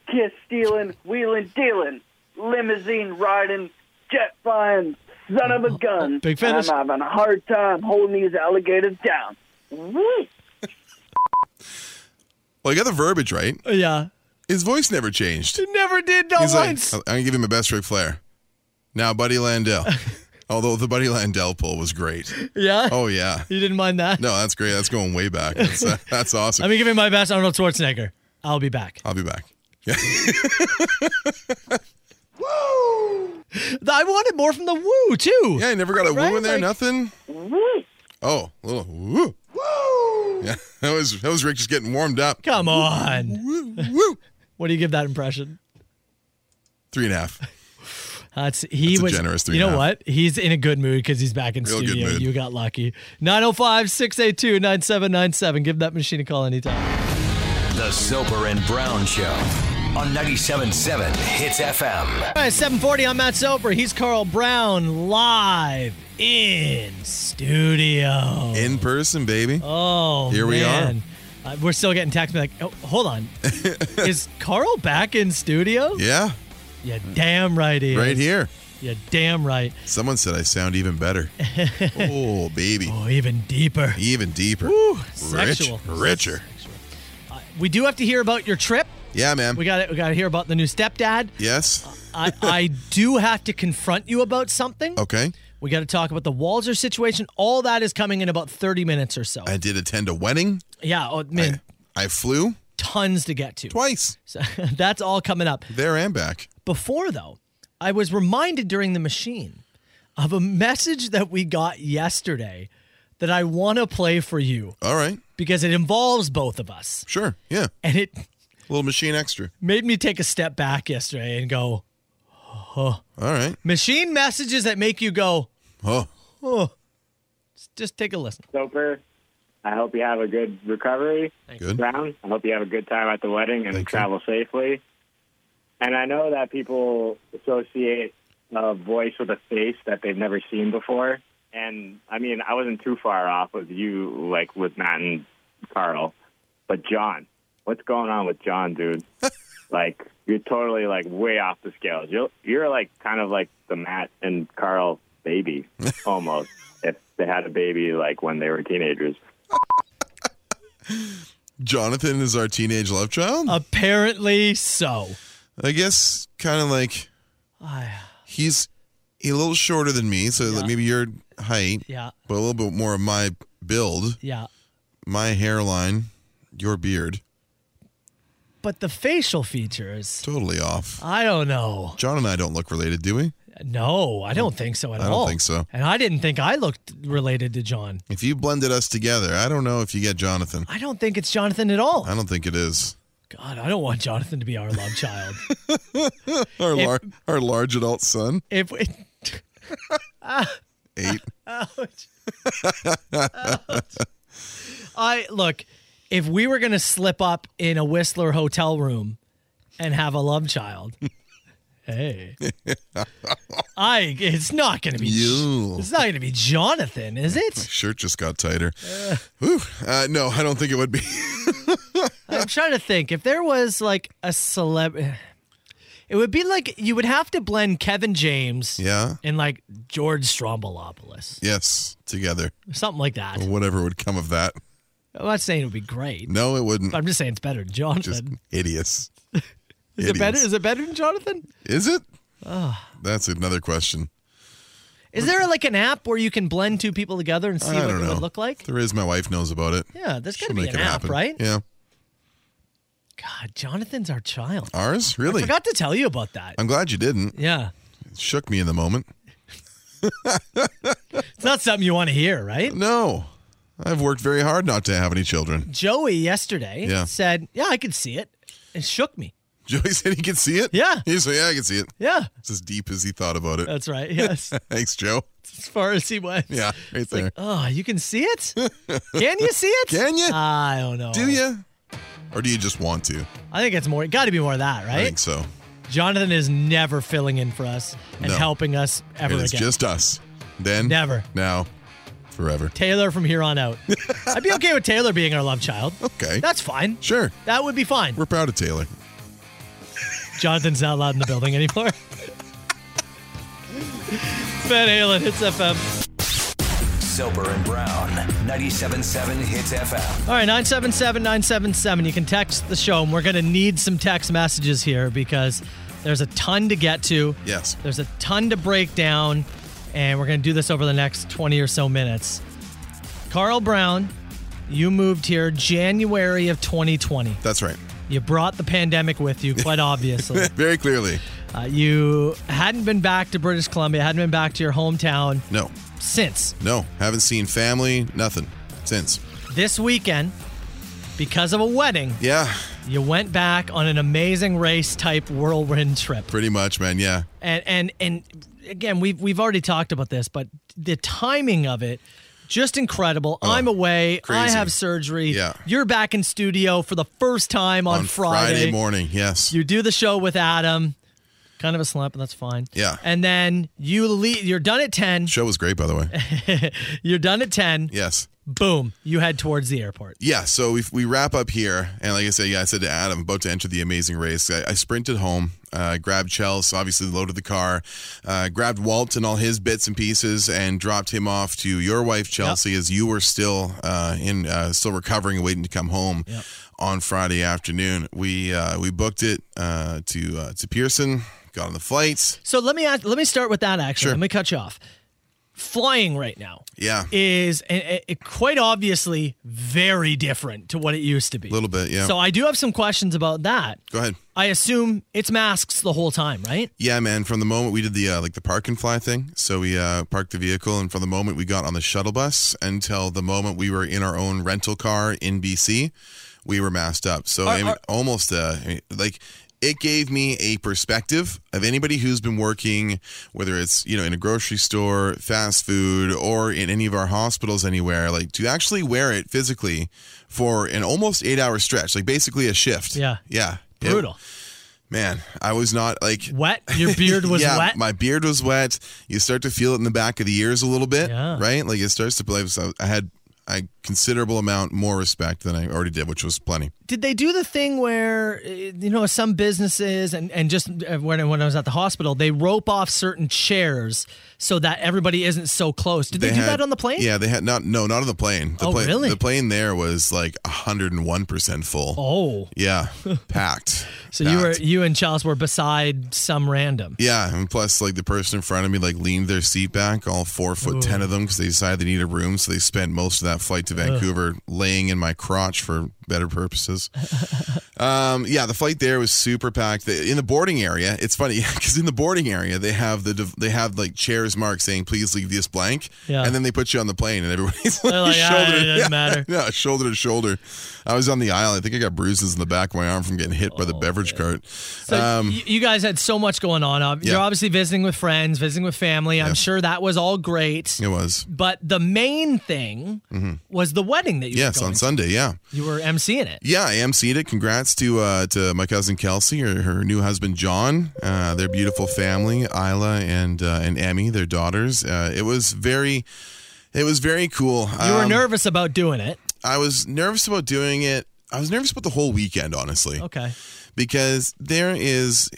kiss stealing, wheeling dealing, limousine riding, jet flying, son of a gun.
Big fan
And
of-
I'm having a hard time holding these alligators down. Woo!
Well, I got the verbiage right.
yeah,
His voice never changed.
it never did. No
He's like, uh,
once.
I'm gonna give him a best Ric Flair. Now,
[LAUGHS]
Buddy Landell. Although the Buddy Landell pull was great.
yeah,
Oh yeah.
you didn't mind that.
No, that's great. That's going way
[LAUGHS]
back. That's, [LAUGHS] that's awesome.
Let me give you my best Arnold Schwarzenegger. I'll be back.
I'll be back.
[LAUGHS] I wanted more from the woo too.
Yeah, I never got a woo in there.
Like-
nothing. Oh, a little woo. Woo. Yeah, [LAUGHS] that was that was Rick just getting warmed up.
Come on.
Woo.
[LAUGHS] What do you give that impression?
Three and a half.
That's Uh, he
That's a
was
generous three
You know
and a half.
what? He's in a good mood because he's back in
Real good
studio.
mood.
You got lucky. 905-682-9797. Give that machine a call anytime.
The Soper and Brown Show on 97.7 Hits FM.
All right, 740. I'm Matt Soper. He's Carl Brown live in studio.
In person, baby.
Oh,
Here we are.
man. Uh, we're still getting text me like, oh, hold
[LAUGHS]
on. Is Carl back in studio?
Yeah,
Yeah, damn right he
right
is.
here.
Yeah, damn right.
Someone said I sound even
[LAUGHS]
better. oh, baby.
Oh, even deeper.
Even deeper.
Woo,
Rich,
sexual.
richer.
We do have to hear about your trip.
Yeah, man.
We got to we got to hear about the new stepdad.
yes.
I, I do have to confront you about something.
Okay.
We got to talk about the Walzer situation. All that is coming in about 30 minutes or so.
I did attend a wedding.
yeah, oh, man,
I flew
tons to get to.
twice,
So [LAUGHS] that's all coming up.
there and back.
Before though, I was reminded during the machine of a message that we got yesterday that I want to play for you
All right.
because it involves both of us.
Sure. Yeah.
And it
little machine extra.
made me take a step back yesterday and go,
All right.
machine messages that make you go,
Oh,
just take a listen.
Soper. I hope you have a good recovery,
good.
Brown. I hope you have a good time at the wedding and
Thank you.
travel safely. And I know that people associate a voice with a face that they've never seen before. And I mean, I wasn't too far off with you, like with Matt and Carl, but John, what's going on with John,
[LAUGHS]
dude? like you're totally like way off the scales. You're you're like kind of like the Matt and Carl
[LAUGHS]
baby almost. if they had a baby like when they were teenagers.
Jonathan is our teenage love child.
Uh, Apparently so.
I guess kind of like
I-
he's a little shorter than me, so like maybe your height,
yeah,
but a little bit more of my build,
yeah.
my hairline, your beard,
But the facial features,
totally off.
I don't know.
John and I don't look related, do we?
No, I don't think so at
I don't
all.
think so.
And I didn't think I looked related to John.
If you blended us together, I don't know if you get Jonathan.
I don't think it's Jonathan at all.
I don't think it is.
God, I don't want Jonathan to be our love
[LAUGHS]
child.
Our, lar- our large adult son,
if we,
eight.
ouch. Ouch. I look, if we were gonna slip up in a Whistler hotel room and have a love child, [LAUGHS] hey, I it's not gonna be
You.
it's not gonna be Jonathan, is it?
Shirt just got tighter.
Eh.
Whew. Uh, no, I don't think it
[LAUGHS]
would be.
I'm trying to think. If there was like a celeb, it would be like you would have to blend Kevin James
yeah.
and like George Strombolopoulos,
Yes, together.
something like that.
Whatever would come of that.
I'm not saying it would be great.
No, it wouldn't.
But I'm just saying it's better than
Just
Jonathan.
hideous.
[LAUGHS] is it better? Is it better than Jonathan?
Is it? That's another question.
Is there like an app where you can blend two people together and see
I
what it
don't know.
would look like?
There is. My wife knows about it.
Yeah, there's got to
She'll
be
make
an
it
app,
happen.
right?
Yeah.
God, Jonathan's our child.
Ours? Really?
Forgot to tell you about that.
I'm glad you didn't.
yeah,
It shook me in the moment.
it's not something you want to hear, right?
No, I've worked very hard not to have any children. [LAUGHS]
Joey yesterday
Yeah.
said, "Yeah, I could see it." It shook me.
Joey said he could see it.
Yeah. Uh,
He's like, yeah, I can see it.
Yeah,
It's as deep as he thought about it.
that's
[LAUGHS]
right. Yes,
Thanks, Joe.
as far as he went.
Yeah, right there.
Oh, you can see it? Can you see it?
Can you?
I don't know.
do you? Or do you just want to?
I think it's more. Got to be more of that,
I
right?
think so.
Jonathan is never filling in for us and
No.
helping us ever
And it's
again.
just us. Then,
Never.
now, forever.
Taylor from here on
[LAUGHS]
out. I'd be okay with Taylor being our love child.
Okay.
That's fine.
sure.
That would be fine.
We're proud of Taylor.
Jonathan's not allowed in the building
[LAUGHS]
anymore. Van Halen, hits FM.
Soper and Brown, 97.7 Hits FM.
All right, 977 977. You can text the show, and we're going to need some text messages here because there's a ton to get to.
Yes.
There's a ton to break down, and we're going to do this over the next 20 or so minutes. Carl Brown, you moved here January of 2020.
That's right.
You brought the pandemic with you, quite
[LAUGHS]
obviously.
Very clearly.
Uh, you hadn't been back to British Columbia, hadn't been back to your hometown
No,
since.
no. Haven't seen family, nothing since.
This weekend, because of a wedding.
Yeah.
You went back on an amazing race type whirlwind trip.
Pretty much, man. Yeah.
And and and again, we've we've already talked about this, but the timing of it just incredible. I'm away. I
Oh, crazy.
have surgery.
Yeah.
You're back in studio for the first time on,
morning. Yes.
You do the show with Adam. Kind of a slump, but that's fine.
Yeah.
And then you leave. You're done at ten.
Show was great, by the way.
You're done at ten.
Yes.
Boom. You head towards the airport.
Yeah, so we, we wrap up here. And like I said, yeah, I said to Adam, about to enter the amazing race. I, I sprinted home, uh, grabbed Chels, obviously loaded the car, uh, grabbed Walt and all his bits and pieces, and dropped him off to your wife, Chelsea, as you were still uh, in uh, still recovering and waiting to come home. On Friday afternoon, we uh, we booked it uh, to uh, to Pearson. Got on the flights.
So let me ask, let me start with that. Actually, let me cut you off. Flying right now
Yeah,
is eh, eh, quite obviously very different to what it used to be.
a little bit. Yeah.
So I do have some questions about that.
Go ahead.
I assume it's masks the whole time, right?
Yeah, man. From the moment we did the uh, like the park and fly thing, so we uh, parked the vehicle, and from the moment we got on the shuttle bus until the moment we were in our own rental car in BC, we were masked up. So I mean, almost uh, I mean, like it gave me a perspective of anybody who's been working, whether it's you know in a grocery store, fast food, or in any of our hospitals anywhere, like to actually wear it physically for an almost eight hour stretch, like basically a shift.
Yeah.
Yeah. It-
Brutal.
Man, I was not like
Wet. Your beard was
[LAUGHS] yeah,
wet.
My beard was wet. You start to feel it in the back of the ears a little bit,
Yeah.
right? Like it starts to play. So I had a considerable amount more respect than I already did, which was plenty.
Did they do the thing where eh, you know some businesses and and just eh, when when I was at the hospital they rope off certain chairs so that everybody isn't so close? Did they, do
had-
that on the plane?
Yeah, they had not. No, not on the plane. The
Oh,
plane,
really?
The plane there was like hundred and one percent full.
Oh,
Yeah, [LAUGHS] packed.
so you were
Packed.
you and Charles were beside some random.
Yeah, and plus, like the person in front of me, like leaned their seat back, all four foot ten of them, because they decided they needed a room. So they spent most of that flight to Vancouver laying in my crotch for better
[LAUGHS]
purposes. um, yeah, the flight there was super packed. The- In the boarding area, it's funny [LAUGHS] because in the boarding area they have the div- they have like chairs marked saying "Please leave this blank,"
Yeah.
and then they put you on the plane, and everybody's [LAUGHS]
They're like,
like,
"Ah,
shoulder
it doesn't matter."
yeah, shoulder to shoulder. I was on the aisle. I think I got bruises in the back of my arm from getting hit
Oh,
by the beverage cart.
So y- you guys had so much going on. Ob- You're
Um, Yeah.
obviously visiting with friends, visiting with family. I'm sure that was all great.
It was.
But the main thing was the wedding that you
Mm-hmm. Yes,
were going
on
to.
Sunday. Yeah,
You were emceeing it.
yeah. I emceed it. Congrats to uh, to my cousin Kelsey, her, her new husband John, uh, their beautiful family, Isla and uh, and Emmy, their daughters. Uh, it was very, it was very cool.
You were
Um,
nervous about doing it.
I was nervous about doing it. I was nervous about the whole weekend, honestly,
Okay.
because there is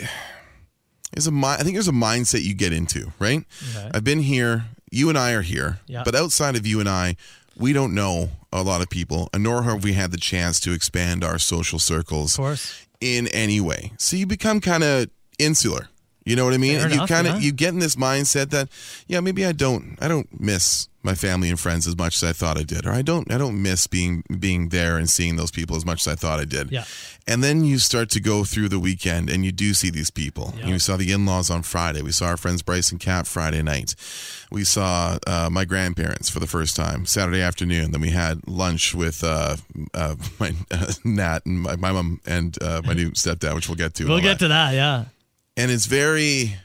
is a mi- I think there's a mindset you get into, right?
Okay.
I've been here. You and I are here.
Yeah.
But outside of you and I, we don't know a lot of people, and nor have we had the chance to expand our social circles
Of course.
in any way. So you become kind of insular. You know what I mean?
Fair
and you
enough,
kind of
yeah.
you get in this mindset that yeah, maybe I don't I don't miss my family and friends as much as I thought I did, or I don't I don't miss being being there and seeing those people as much as I thought I did.
Yeah.
And then you start to go through the weekend and you do see these people.
Yeah.
And we saw the in-laws on Friday. We saw our friends Bryce and Kat Friday night. We saw uh, my grandparents for the first time Saturday afternoon. Then we had lunch with uh, uh, my [LAUGHS] Nat and my, my mom and uh, my new stepdad, which we'll get to.
We'll get to that. Yeah.
And it's very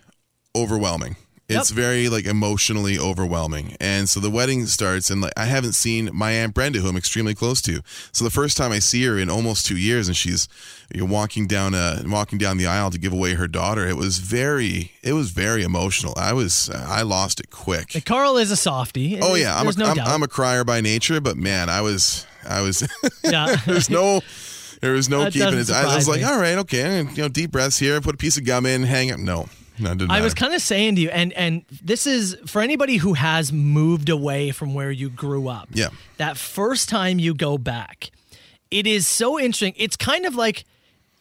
overwhelming. It's
Yep.
very like emotionally overwhelming. And so the wedding starts and like I haven't seen my aunt Brenda who I'm extremely close to. So the first time I see her in almost 2 years and she's you know, walking down uh walking down the aisle to give away her daughter. It was very it was very emotional. I was I lost it quick.
And Carl is a softie.
oh yeah, I'm a,
There's no
am
doubt.
I'm a crier by nature, but man, I was I was [LAUGHS]
yeah.
there's no there was no
That
keeping
doesn't
it. I was
surprise
like,
me.
all right, okay, you know, deep breaths here, put a piece of gum in, hang up. No, no, it didn't
I was
matter.
kind of saying to you, and and this is for anybody who has moved away from where you grew up.
Yeah.
That first time you go back, it is so interesting. It's kind of like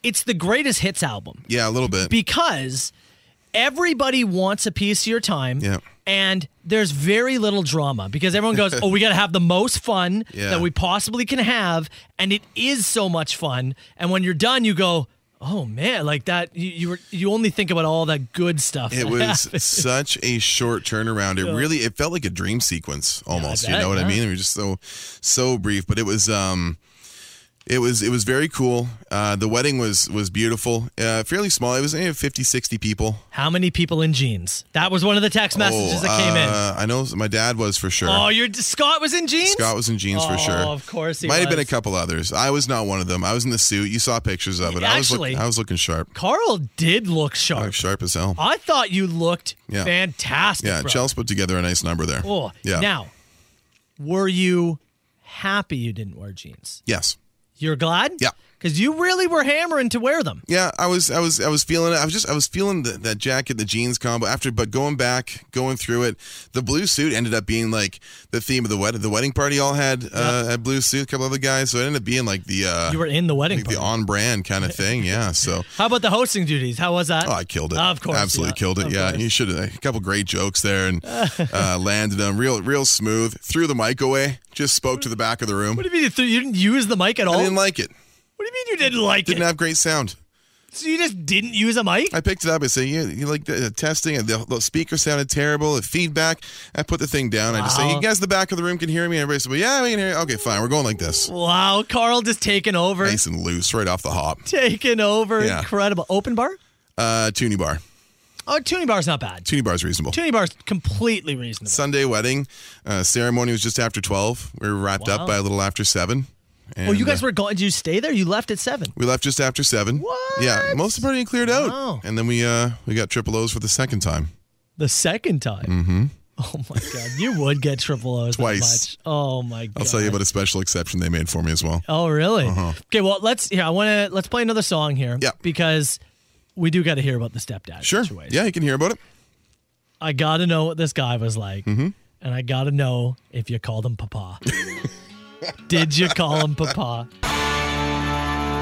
it's the greatest hits album.
Yeah, a little bit.
because everybody wants a piece of your time.
Yeah.
And there's very little drama because everyone goes,
[LAUGHS]
"Oh, we got to have the most fun
Yeah.
that we possibly can have," and it is so much fun. And when you're done, you go, "Oh man, like that." You you, were, you only think about all that good stuff.
it
[LAUGHS] that
was
happened.
such a short turnaround. It really it felt like a dream sequence almost. you
bet,
know what
yeah.
I mean? It was just so so brief, but it was um it was it was very cool. Uh, the wedding was was beautiful. Uh, fairly small. It was eh, 50, 60 people.
How many people in jeans? That was one of the text messages
Oh,
that came in.
uh, I know my dad was for sure.
Oh, your Scott was in jeans.
Scott was in jeans
oh,
for sure.
Of course, he
Might
was.
have been a couple others. I was not one of them. I was in the suit. You saw pictures of it. I was look-
Actually-
I was looking sharp.
Carl did look sharp.
Looked sharp as hell.
I thought you looked
Yeah.
fantastic.
Yeah,
bro.
Chelsea put together a nice number there.
Cool.
Yeah.
Now, were you happy you didn't wear jeans?
Yes.
You're glad?
Yeah.
Because you really were hammering to wear them.
Yeah, I was, I was, I was feeling it. I was just, I was feeling the, that jacket, the jeans combo. After, but going back, going through it, the blue suit ended up being like the theme of the wedding. The wedding party all had uh, a blue suit, a couple other guys, so it ended up being like the uh,
You were in the wedding
like the
party.
on brand kind of thing. Yeah, so.
How about the hosting duties? How was that?
Oh, I killed it.
Of course. yeah.
absolutely killed it.
Of
Yeah,
course.
you should have a couple great jokes
[LAUGHS]
there and uh, landed them real, real smooth. Threw the mic away. Just spoke to the back of the room.
What do you mean you, th- you didn't use the mic at all?
I didn't like it.
what do you mean you didn't like
Didn't
it?
have great sound.
so you just didn't use a mic?
I picked it up. I said, "You, you like the, the testing?" And the, the speaker sounded terrible. The feedback. I put the thing down. I just say,
Wow.
"You guys, in the back of the room can hear me." And everybody said, "Well, yeah, we can hear." You. Okay, fine. We're going like this,
wow, Carl just taking over.
nice and loose, right off the hop.
Taking over.
Yeah.
Incredible. Open bar?
Uh, Toonie bar.
Oh, tuning bar's not bad.
Toonie bar's reasonable.
Tuning bar's completely reasonable.
Sunday wedding uh, ceremony was just after twelve. We were wrapped
Wow.
up by a little after seven.
well, Oh, you
And,
guys
uh,
were gone. Did you stay there? You left at seven.
We left just after seven.
What?
Yeah, most of the party cleared out,
Wow.
and then we uh we got triple O's for the second time.
The second time. [LAUGHS] Oh my god, you would get triple O's that
Mm-hmm. Twice.
much. Oh my god.
I'll tell you about a special exception they made for me as well.
Oh really? Okay, well let's yeah, I wanna let's play another song here.
Yeah.
Because we do gotta hear about the stepdad
Sure.
situation.
Yeah, you can hear about it.
I gotta know what this guy was like.
Mm-hmm.
And I gotta know if you called him Papa. Did you call him Papa?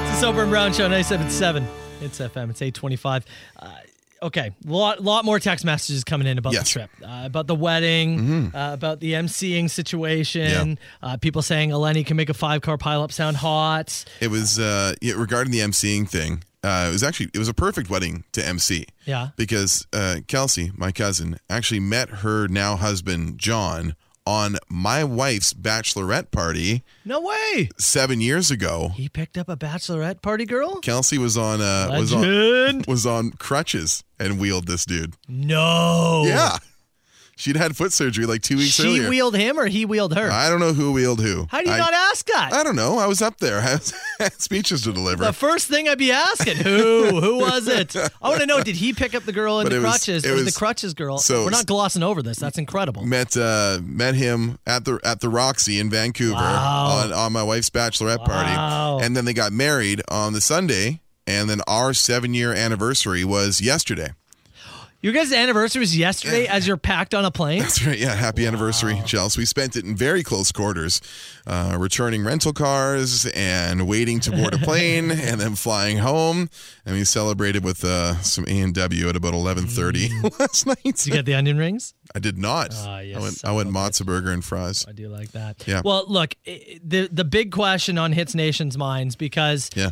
It's the Sober and Brown Show, 977. It's FM. It's 825. Uh, okay, lot, lot more text messages coming in about
Yes. Mm-hmm.
the trip, uh, about the wedding, uh, about the emceeing situation. Uh, people saying Eleni can make a five car pileup sound hot.
It was uh, yeah, regarding the emceeing thing. Uh, it was actually it was a perfect wedding to MC.
Yeah.
Because uh, Kelsey, my cousin, actually met her now husband John on my wife's bachelorette party
No way.
seven years ago.
He picked up a bachelorette party girl?
Kelsey was on uh, was on
Legend.
was on crutches and wheeled this dude.
No.
Yeah. She'd had foot surgery like two weeks
Oh. She
earlier.
wheeled him or he wheeled her?
I don't know who wheeled who.
How do you
I,
not ask that?
I don't know. I was up there. [LAUGHS] I had speeches to deliver.
the first thing I'd be
[LAUGHS]
asking, who? Who was it? I want to know, did he pick up the girl in
But
the
it was-
crutches?
it
It was,
was-
the crutches girl.
so it
We're
was-
not glossing over this. That's incredible.
met uh, met him at the at the Roxy in Vancouver
Wow.
on, on my wife's bachelorette
Wow.
party, and then they got married on the Sunday, and then our seven year anniversary was yesterday.
Your guys' anniversary was yesterday as you're packed on a
[LAUGHS]
plane?
That's right. Yeah, happy anniversary, Chelsea. We spent it in very close quarters, uh, returning rental cars and waiting to board
[LAUGHS]
a plane, and then flying home. And we celebrated with uh, some A and W at about eleven thirty [LAUGHS] last night.
Did Mm. you get the onion rings?
I did not.
Ah, yes,
I went,
I
I went matzo burger and fries.
I do like that.
Yeah.
Well, look, i- the the big question on Hits Nation's minds because
Yeah.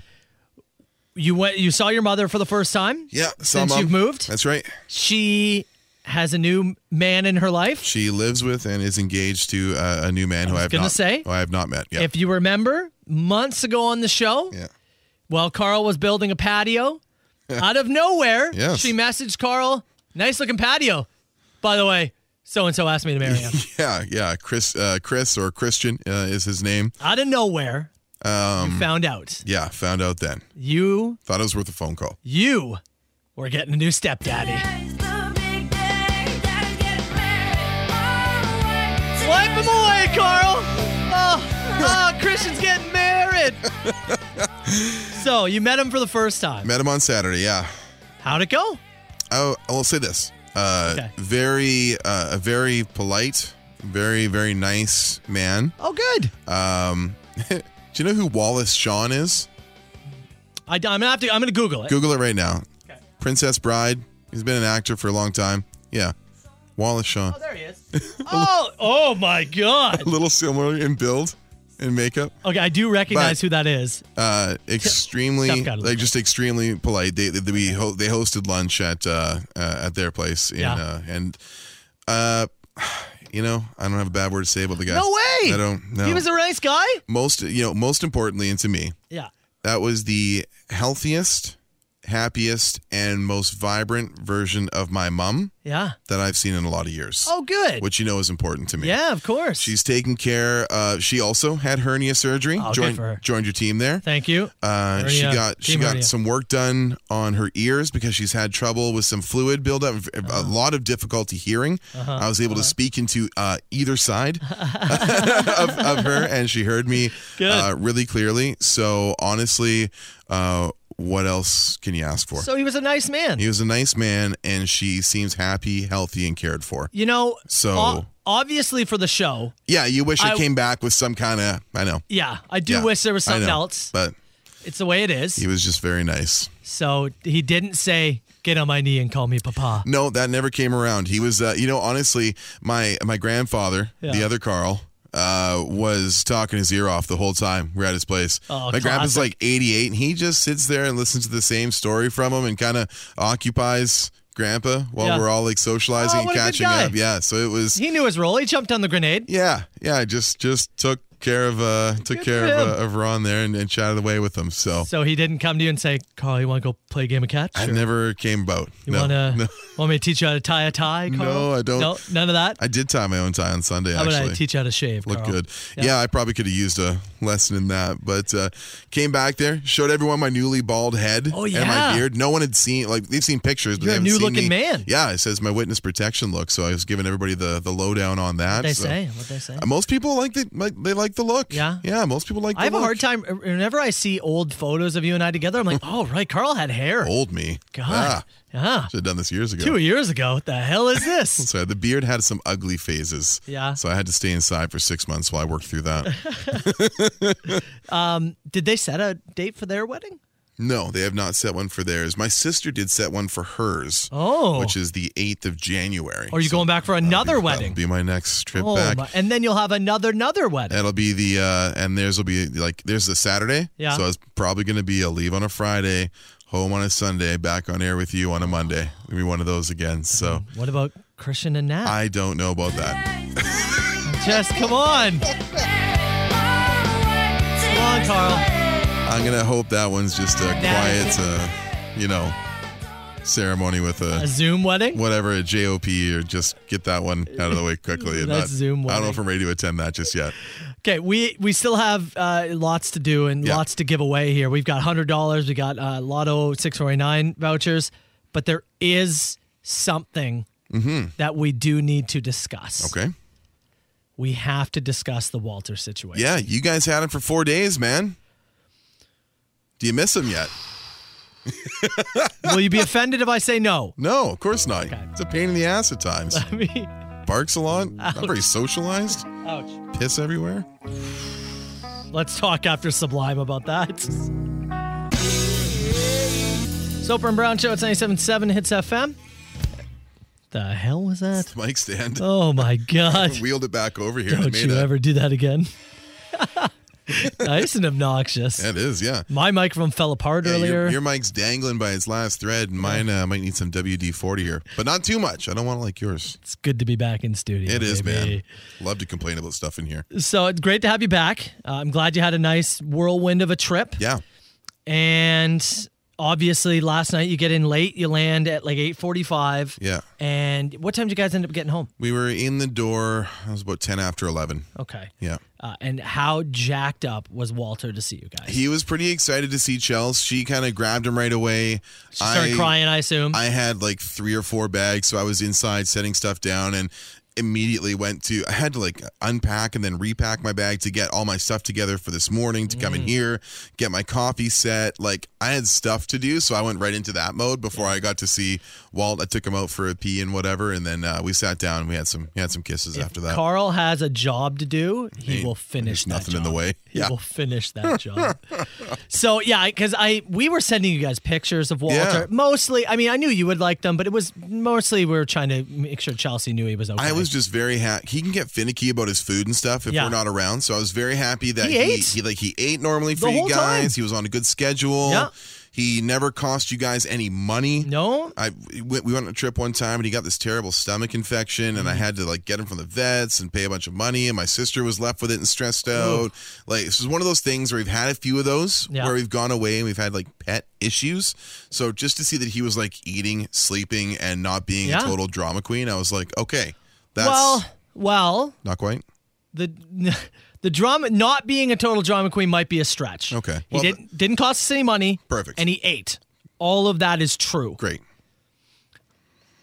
you went you saw your mother for the first time.
Yeah, saw
Since
Mom.
you've moved?
That's right.
She has a new man in her life.
She lives with and is engaged to uh, a new man who I
was
have
gonna
not
say.
who I have not met. Yeah.
If you remember, months ago on the show,
yeah.
Well, Carl was building a
[LAUGHS]
patio. Out of nowhere,
Yes.
she messaged Carl, nice looking patio. By the way, so and so asked me to
[LAUGHS]
marry him.
[LAUGHS] Yeah, yeah. Chris uh, Chris or Christian uh, is his name.
Out of nowhere,
Um,
you found out.
Yeah, found out then.
You,
Thought it was worth a phone call.
you were getting a new stepdaddy. Wipe him away, Carl. Oh, oh, Christian's getting
[LAUGHS]
married. so you met him for the first time.
Met him on Saturday, yeah.
How'd it go?
Oh, I, I will say this. Uh,
Okay.
very uh, a very polite, very, very nice man.
Oh, good.
Um do you know who Wallace Shawn is?
I, am gonna have to. I'm gonna Google it.
Google it right now. Princess Bride. He's been an actor for a long time. Yeah. Wallace Shawn.
Oh, there he is.
[LAUGHS]
oh, oh my God.
A little similar in build and makeup.
Okay, I do recognize
But-
who that is.
uh,
Tough
extremely
guy to look
like just extremely polite. They, they we ho- they hosted lunch at uh, uh, at their place in
Yeah.
[SIGHS] uh, and uh, you know I don't have a bad word to say about the guy.
No way. guy.
I don't know.
He was a nice guy.
most you know most importantly and to me
Yeah.
that was the healthiest happiest and most vibrant version of my mom
Yeah.
that i've seen in a lot of years
Oh, good.
which you know is important to me
yeah, of course.
she's taking care uh, she also had hernia surgery
Oh, good
joined,
for her.
joined your team there
Thank you.
uh, she
Hernia.
got she
Team
got
hernia.
some work done on her ears because she's had trouble with some fluid buildup,
Uh-huh.
a lot of difficulty hearing. I was able to speak into uh, either
[LAUGHS]
side [LAUGHS] of, of her, and she heard me
Good.
uh, really clearly. So honestly, uh, what else can you ask for?
So he was a nice man.
he was a nice man, and she seems happy, healthy, and cared for.
you know,
So-
o- obviously for the show.
Yeah, you wish
I-
it came back with some kind of I know.
Yeah, I do
Yeah,
wish there was
I
something
know,
else.
but
It's the way it is.
he was just very nice.
so he didn't say, "Get on my knee and call me papa."
No, that never came around. He was, uh, you know, honestly, my my grandfather, the
Yeah.
other Carl, uh, was talking his ear off the whole time we are at his place.
Oh,
my grandpa's
classic.
like 88, and he just sits there and listens to the same story from him and kind of occupies grandpa while
Yeah.
we're all like socializing
Oh,
and
what a good
catching
guy.
up. Yeah, so it was.
He knew his role. He jumped on the grenade.
Yeah, yeah, I just just took care of uh took
Good
care
for
of,
him.
uh, of Ron there and, and chatted away with him. So,
So he didn't come to you and say, "Carl, you want to go play a game of catch?"
I
Or,
never came about.
You
no,
want to?
[LAUGHS] no.
Want me to teach you how to tie a tie? Carl?
No, I don't.
No, none of that.
I did tie my own tie on Sunday.
how
actually,
about I teach you how to shave?
Look
Carl?
good.
Oh, Yeah.
Yeah. I probably could have used a lesson in that, but uh, came back there, showed everyone my newly bald head
Oh,
and my
yeah.
beard. No one had seen like they've seen pictures, but
You're
they
a
haven't seen
new-looking
me.
man.
Yeah, it says my witness protection look, so I was giving everybody the the lowdown on that.
What they
so-
say? What they say?
Uh, Most people like the like they like the look.
Yeah?
yeah. Most people like. The
I have a
look.
hard time whenever I see old photos of you and I together. I'm like, oh right, Carl had hair.
Old me.
God, e-, yeah,
should have done this years ago.
two years ago. What the hell is
[LAUGHS]
this?
So the beard had some ugly phases.
Yeah.
So I had to stay inside for six months while I worked
[LAUGHS]
through that.
Did they set a date for their wedding?
No, they have not set one for theirs. My sister did set one for hers.
Oh.
Which is the 8th of January.
Or are you going back for another
that'll
wedding?
Be my next trip
oh
back.
my! And then you'll have another another wedding.
That'll be the uh and theirs will be like there's a Saturday.
Yeah.
So it's probably gonna be a leave on a Friday, home on a Sunday, back on air with you on a Monday. It'll be one of those
[LAUGHS]
again. So
What about Christian and Nat?
I don't know about that.
Just come on. Come on, Carl.
I'm gonna hope that one's just a quiet uh you know ceremony with
A Zoom wedding?
whatever a JOP or just get that one out of the
[LAUGHS]
way quickly. and
That's
not-
Zoom
I don't
wedding.
know if I'm ready to attend that just yet.
Okay, we we still have uh, lots to do and
Yeah.
lots to give away here. We've got hundred dollars. We got uh, Lotto six four nine vouchers, but there is something that we do need to discuss.
Mm-hmm. Okay.
we have to discuss the Walter situation.
Yeah, you guys had him for four days, man. Do you miss him yet?
Will you be offended if I say
[LAUGHS]
no?
No, of course not. It's a pain in the ass
[LAUGHS]
at times.
I mean,
Barks a lot. Not very socialized.
ouch.
Piss everywhere. [LAUGHS]
Let's talk after Sublime about that. [LAUGHS] Soper and Brown Show, it's 97.7 Hits FM. The hell was that?
Mic stand.
Oh my God.
[LAUGHS] Wheeled it back over here. and
Don't
made
you
a-
ever do that again. [LAUGHS] nice and obnoxious.
Yeah, it is, yeah.
My microphone fell apart
Yeah, your-
earlier.
your, mic's dangling by its last thread, and mine uh, might need some WD 40 here, but not too much. I don't want to like yours.
it's good to be back in studio.
It is,
baby.
man. Love to complain about stuff in here.
So it's great to have you back. Uh, I'm glad you had a nice whirlwind of a trip.
Yeah.
And obviously, last night you get in late. You land at like 8:45.
Yeah.
And what time did you guys end up getting home?
We were in the door. It was about ten after eleven.
Okay.
Yeah,
Uh, and how jacked up was Walter to see you guys?
he was pretty excited to see Chels. She kind of grabbed him right away.
she started crying, I assume.
I had like three or four bags, so I was inside setting stuff down and immediately went to I had to like unpack and then repack my bag to get all my stuff together for this morning to come
Mm.
in here, get my coffee set. Like I had stuff to do, so I went right into that mode before I got to see Walt. I took him out for a pee and whatever, and then uh, we sat down. and We had some we had some kisses after that.
Carl has a job to do. He
Ain't-
will finish
there's
that
nothing in
job.
the way.
He
Yeah.
will finish
[LAUGHS]
that job. so yeah, because I we were sending you guys pictures of Walter.
Yeah.
Mostly, I mean, I knew you would like them, but it was mostly we were trying to make sure Chelsea knew he was okay.
I was just very happy. He can get finicky about his food and stuff if
Yeah.
we're not around. So I was very happy that
He
he,
ate.
he- like he ate normally for
The
you
whole
guys.
time.
He was on a good schedule.
Yeah.
He never cost you guys any money.
No.
I we we went on a trip one time and he got this terrible stomach infection
Mm.
and I had to like get him from the vets and pay a bunch of money and my sister was left with it and stressed out. Like this is one of those things where we've had a few of those
Yeah.
where we've gone away and we've had like pet issues. So just to see that he was like eating, sleeping, and not being
Yeah.
a total drama queen, I was like, okay, that's
well, well,
not quite.
the [LAUGHS] the drama not being a total drama queen might be a stretch.
Okay.
He
Well,
didn't didn't cost us any money.
Perfect.
And he ate. All of that is true.
Great.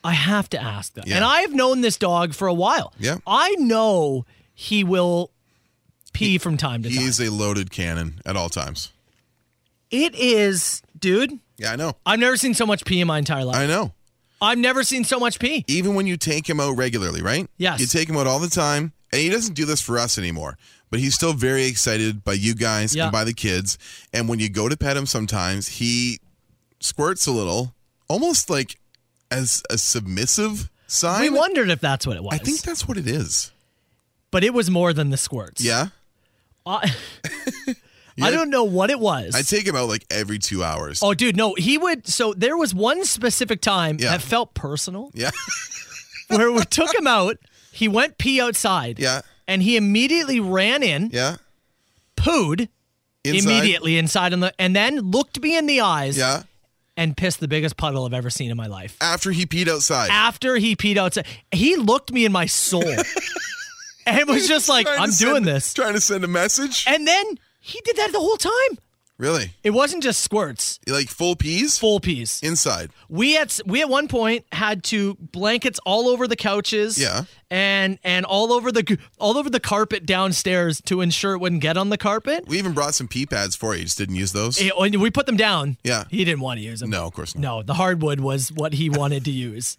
I have to ask that.
Yeah.
And I've known this dog for a while.
Yeah.
I know he will pee from time to time.
He's a loaded cannon at all times.
It is, dude.
Yeah, I know.
I've never seen so much pee in my entire life.
I know.
I've never seen so much pee.
Even when you take him out regularly, right?
Yes.
You take him out all the time, and he doesn't do this for us anymore. But he's still very excited by you guys
Yeah.
and by the kids. And when you go to pet him, sometimes he squirts a little, almost like as a submissive
We
sign.
wondered if that's what it was.
I think that's what it is.
but it was more than the squirts.
Yeah. [LAUGHS]
I, I don't know what it was.
I take him out like every two hours.
Oh, dude, no, he would. So there was one specific time
Yeah.
that felt personal
Yeah.
where we took him out. He went pee outside.
Yeah.
And he immediately ran in,
Yeah.
pooed
Inside.
immediately inside, on the, and then looked me in the eyes
Yeah.
and pissed the biggest puddle I've ever seen in my life.
After he peed outside.
After he peed outside, he looked me in my
[LAUGHS]
soul and was just like,
Trying to
I'm
send-
doing this.
Trying to send a message.
And then he did that the whole time.
Really?
It wasn't just squirts,
Like full peas?
full pees.
Inside.
we at we at one point had to blankets all over the couches
Yeah.
and and all over the all over the carpet downstairs to ensure it wouldn't get on the carpet
We even brought some pee pads for you. You Just didn't use those.
It- when we put them down
Yeah.
he didn't want to use them
no, of course not.
no the hardwood was what he wanted to use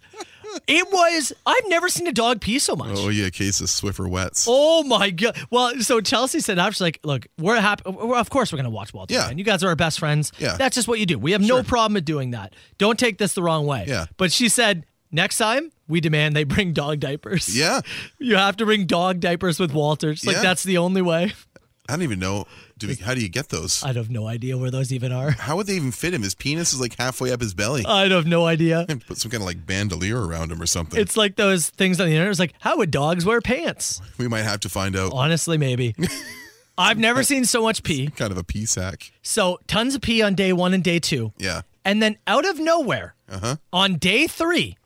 it was i've never seen a dog pee so much
Oh yeah, case of Swiffer wets.
Oh my god! Well, so Chelsea said after, she's like, "Look, we're happy. We're, of course, we're gonna watch Walter.
Yeah.
and you guys are our best friends.
Yeah.
that's just what you do. We have no problem with doing that. Don't take this the wrong way.
Yeah.
But she said, next time we demand they bring dog diapers.
Yeah,
you have to bring dog diapers with Walter. She's like,
Yeah.
that's the only way.
I don't even know. Do we, how do you get those?
I'd have no idea where those even are.
How would they even fit him? His penis is like halfway up his belly.
I'd have no idea.
And [LAUGHS] Put some kind of like bandolier around him or something.
It's like those things on the internet. It's like, how would dogs wear pants?
we might have to find out.
Honestly,
[LAUGHS]
maybe. I've never seen so much pee.
Kind of a pee sack.
So tons of pee on day one and day two.
Yeah.
And then out of nowhere,
Uh-huh.
on day three,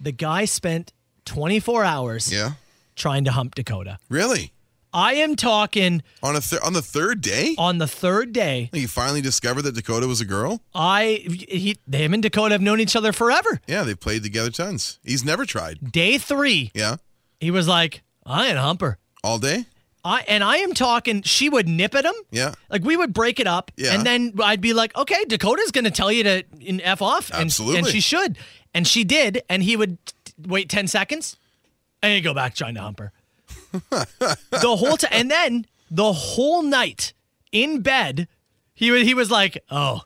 the guy spent 24 hours
Yeah.
trying to hump Dakota.
Really?
I am talking
On a thir- on the third day,
on the third day.
you finally discovered that Dakota was a girl.
I, he, him and Dakota have known each other forever.
Yeah, they played together tons. He's never tried.
Day three,
Yeah.
he was like, I ain't a humper.
All day.
I, and I am talking, she would nip at him.
Yeah.
Like we would break it up,
Yeah.
and then I'd be like, "Okay, Dakota's going to tell you to in f off," and, and
Absolutely.
she should, and she did, and he would t- wait ten seconds, and he'd go back trying to
[LAUGHS]
hump her the whole time, and then the whole night in bed, he wa- he was like, "Oh,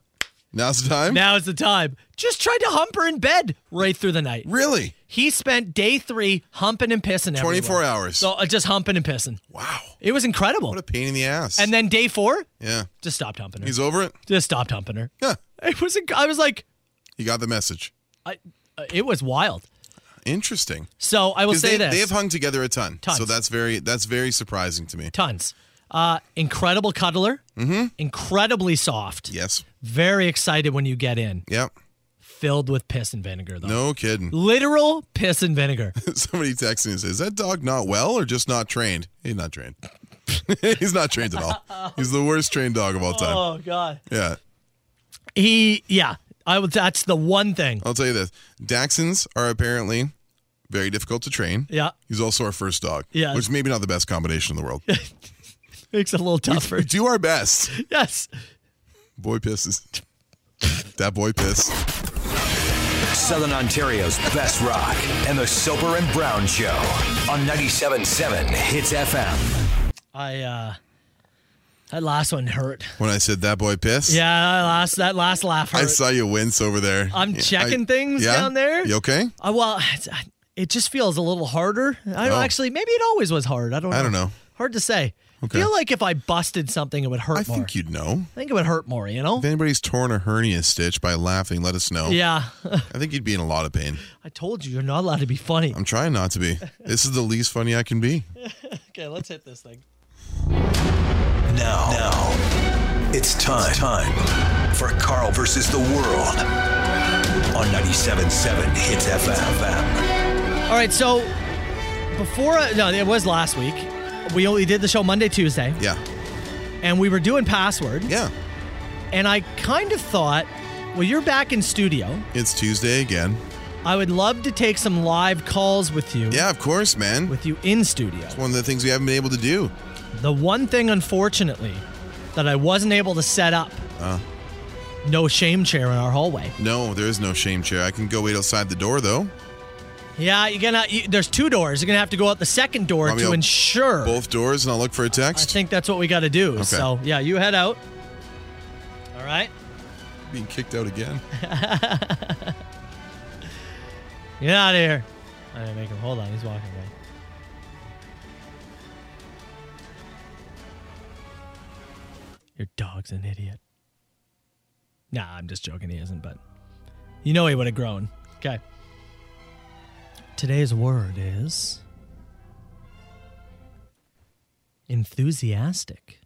Now's the time.
now's the time," just tried to hump her in bed right through the night.
really?
He spent day three humping and pissing.
24
everywhere.
hours.
So uh, just humping and pissing.
wow.
It was incredible.
What a pain in the ass.
and then day four,
yeah.
just stopped humping her.
He's over it.
just stopped humping her.
Yeah.
It was. inc- I was like,
You got the message.
I, uh, it was wild.
Interesting.
So I will
'Cause
say
they,
this:
They have hung together a ton. So
Tons.
that's very that's very surprising to me.
tons. Uh, incredible cuddler. Mm-hmm. Incredibly soft.
Yes.
Very excited when you get in.
Yep.
Filled with piss and vinegar, though.
No kidding. [LAUGHS]
Literal piss and vinegar.
Somebody texting me says, "Is that dog not well or just not trained?" He's not trained. [LAUGHS] He's not trained at
[LAUGHS]
all. He's the worst trained dog of all time.
oh God.
Yeah.
He. Yeah. I would. That's the one thing.
I'll tell you this. Dachshunds are apparently very difficult to train.
Yeah.
He's also our first dog.
Yeah.
Which maybe not the best combination in the world.
Makes it a little
we
tougher.
do our best.
[LAUGHS] yes.
Boy pisses. That boy pissed.
Southern Ontario's best rock and the Soper and Brown Show on 97.7 Hits FM.
I. uh That last one hurt.
When I said that boy pissed.
Yeah. That last. That last laugh hurt.
I saw you wince over there.
I'm
Yeah,
checking things
yeah?
down there.
You okay?
Uh, well, it's- I- it just feels a little harder. I don't
Oh.
actually. Maybe it always was hard. I don't. Know.
I don't know.
Hard to say. I feel like if I busted something, it would hurt
I
more.
think you'd know.
I think it would hurt more, you know?
If anybody's torn a hernia stitch by laughing, let us know.
Yeah. [LAUGHS]
I think you'd be in a lot of pain.
I told you, you're not allowed to be funny.
I'm trying not
[LAUGHS]
to be. This is the least funny I can be.
Okay, let's hit this thing.
Now, now, it's time, time for Carl versus the world on 97.7 Hits FM.
All right, so before, no, it was last week. We only did the show Monday, Tuesday,
Yeah.
and we were doing password.
Yeah.
And I kind of thought, well, you're back in studio.
It's Tuesday again.
I would love to take some live calls with you.
Yeah, of course, man.
With you in studio.
One of the things we haven't been able to do.
The one thing, unfortunately, that I wasn't able to set up. No shame chair in our hallway.
No, there is no shame chair. I can go wait outside the door though.
Yeah, you're gonna. You, there's two doors. You're gonna have to go out the second door
Probably
to
out
ensure.
Both doors, and I'll look for a
I
text.
think that's what we got to do.
Okay.
So yeah, you head out. All right.
Being kicked out again.
Get out of here. I didn't make him. Hold on. He's walking away. Your dog's an idiot. Nah, I'm just joking. He isn't, but you know he would have grown. Okay. Today's word is enthusiastic.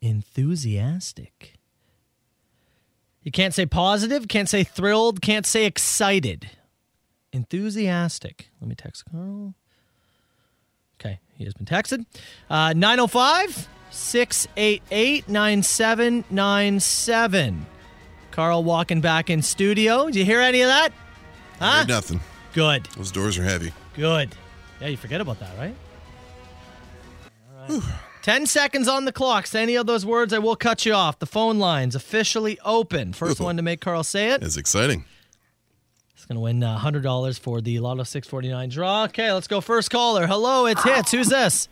Enthusiastic. You can't say positive, can't say thrilled, can't say excited. Enthusiastic. Let me text Carl. Okay, he has been texted. Uh, 905 688 9797. Carl walking back in studio. Did you hear any of that? Huh?
Heard Nothing.
Good,
Those doors are heavy.
good. Yeah, you forget about that, right? All right. 10 seconds on the clock. Say any of those words, I will cut you off. The phone line's officially open. First
Beautiful.
one to make Carl say it.
It's exciting.
It's going to win uh, $100 for the Lotto 649 draw. Okay, let's go. First caller. Hello, it's Hits. Who's this?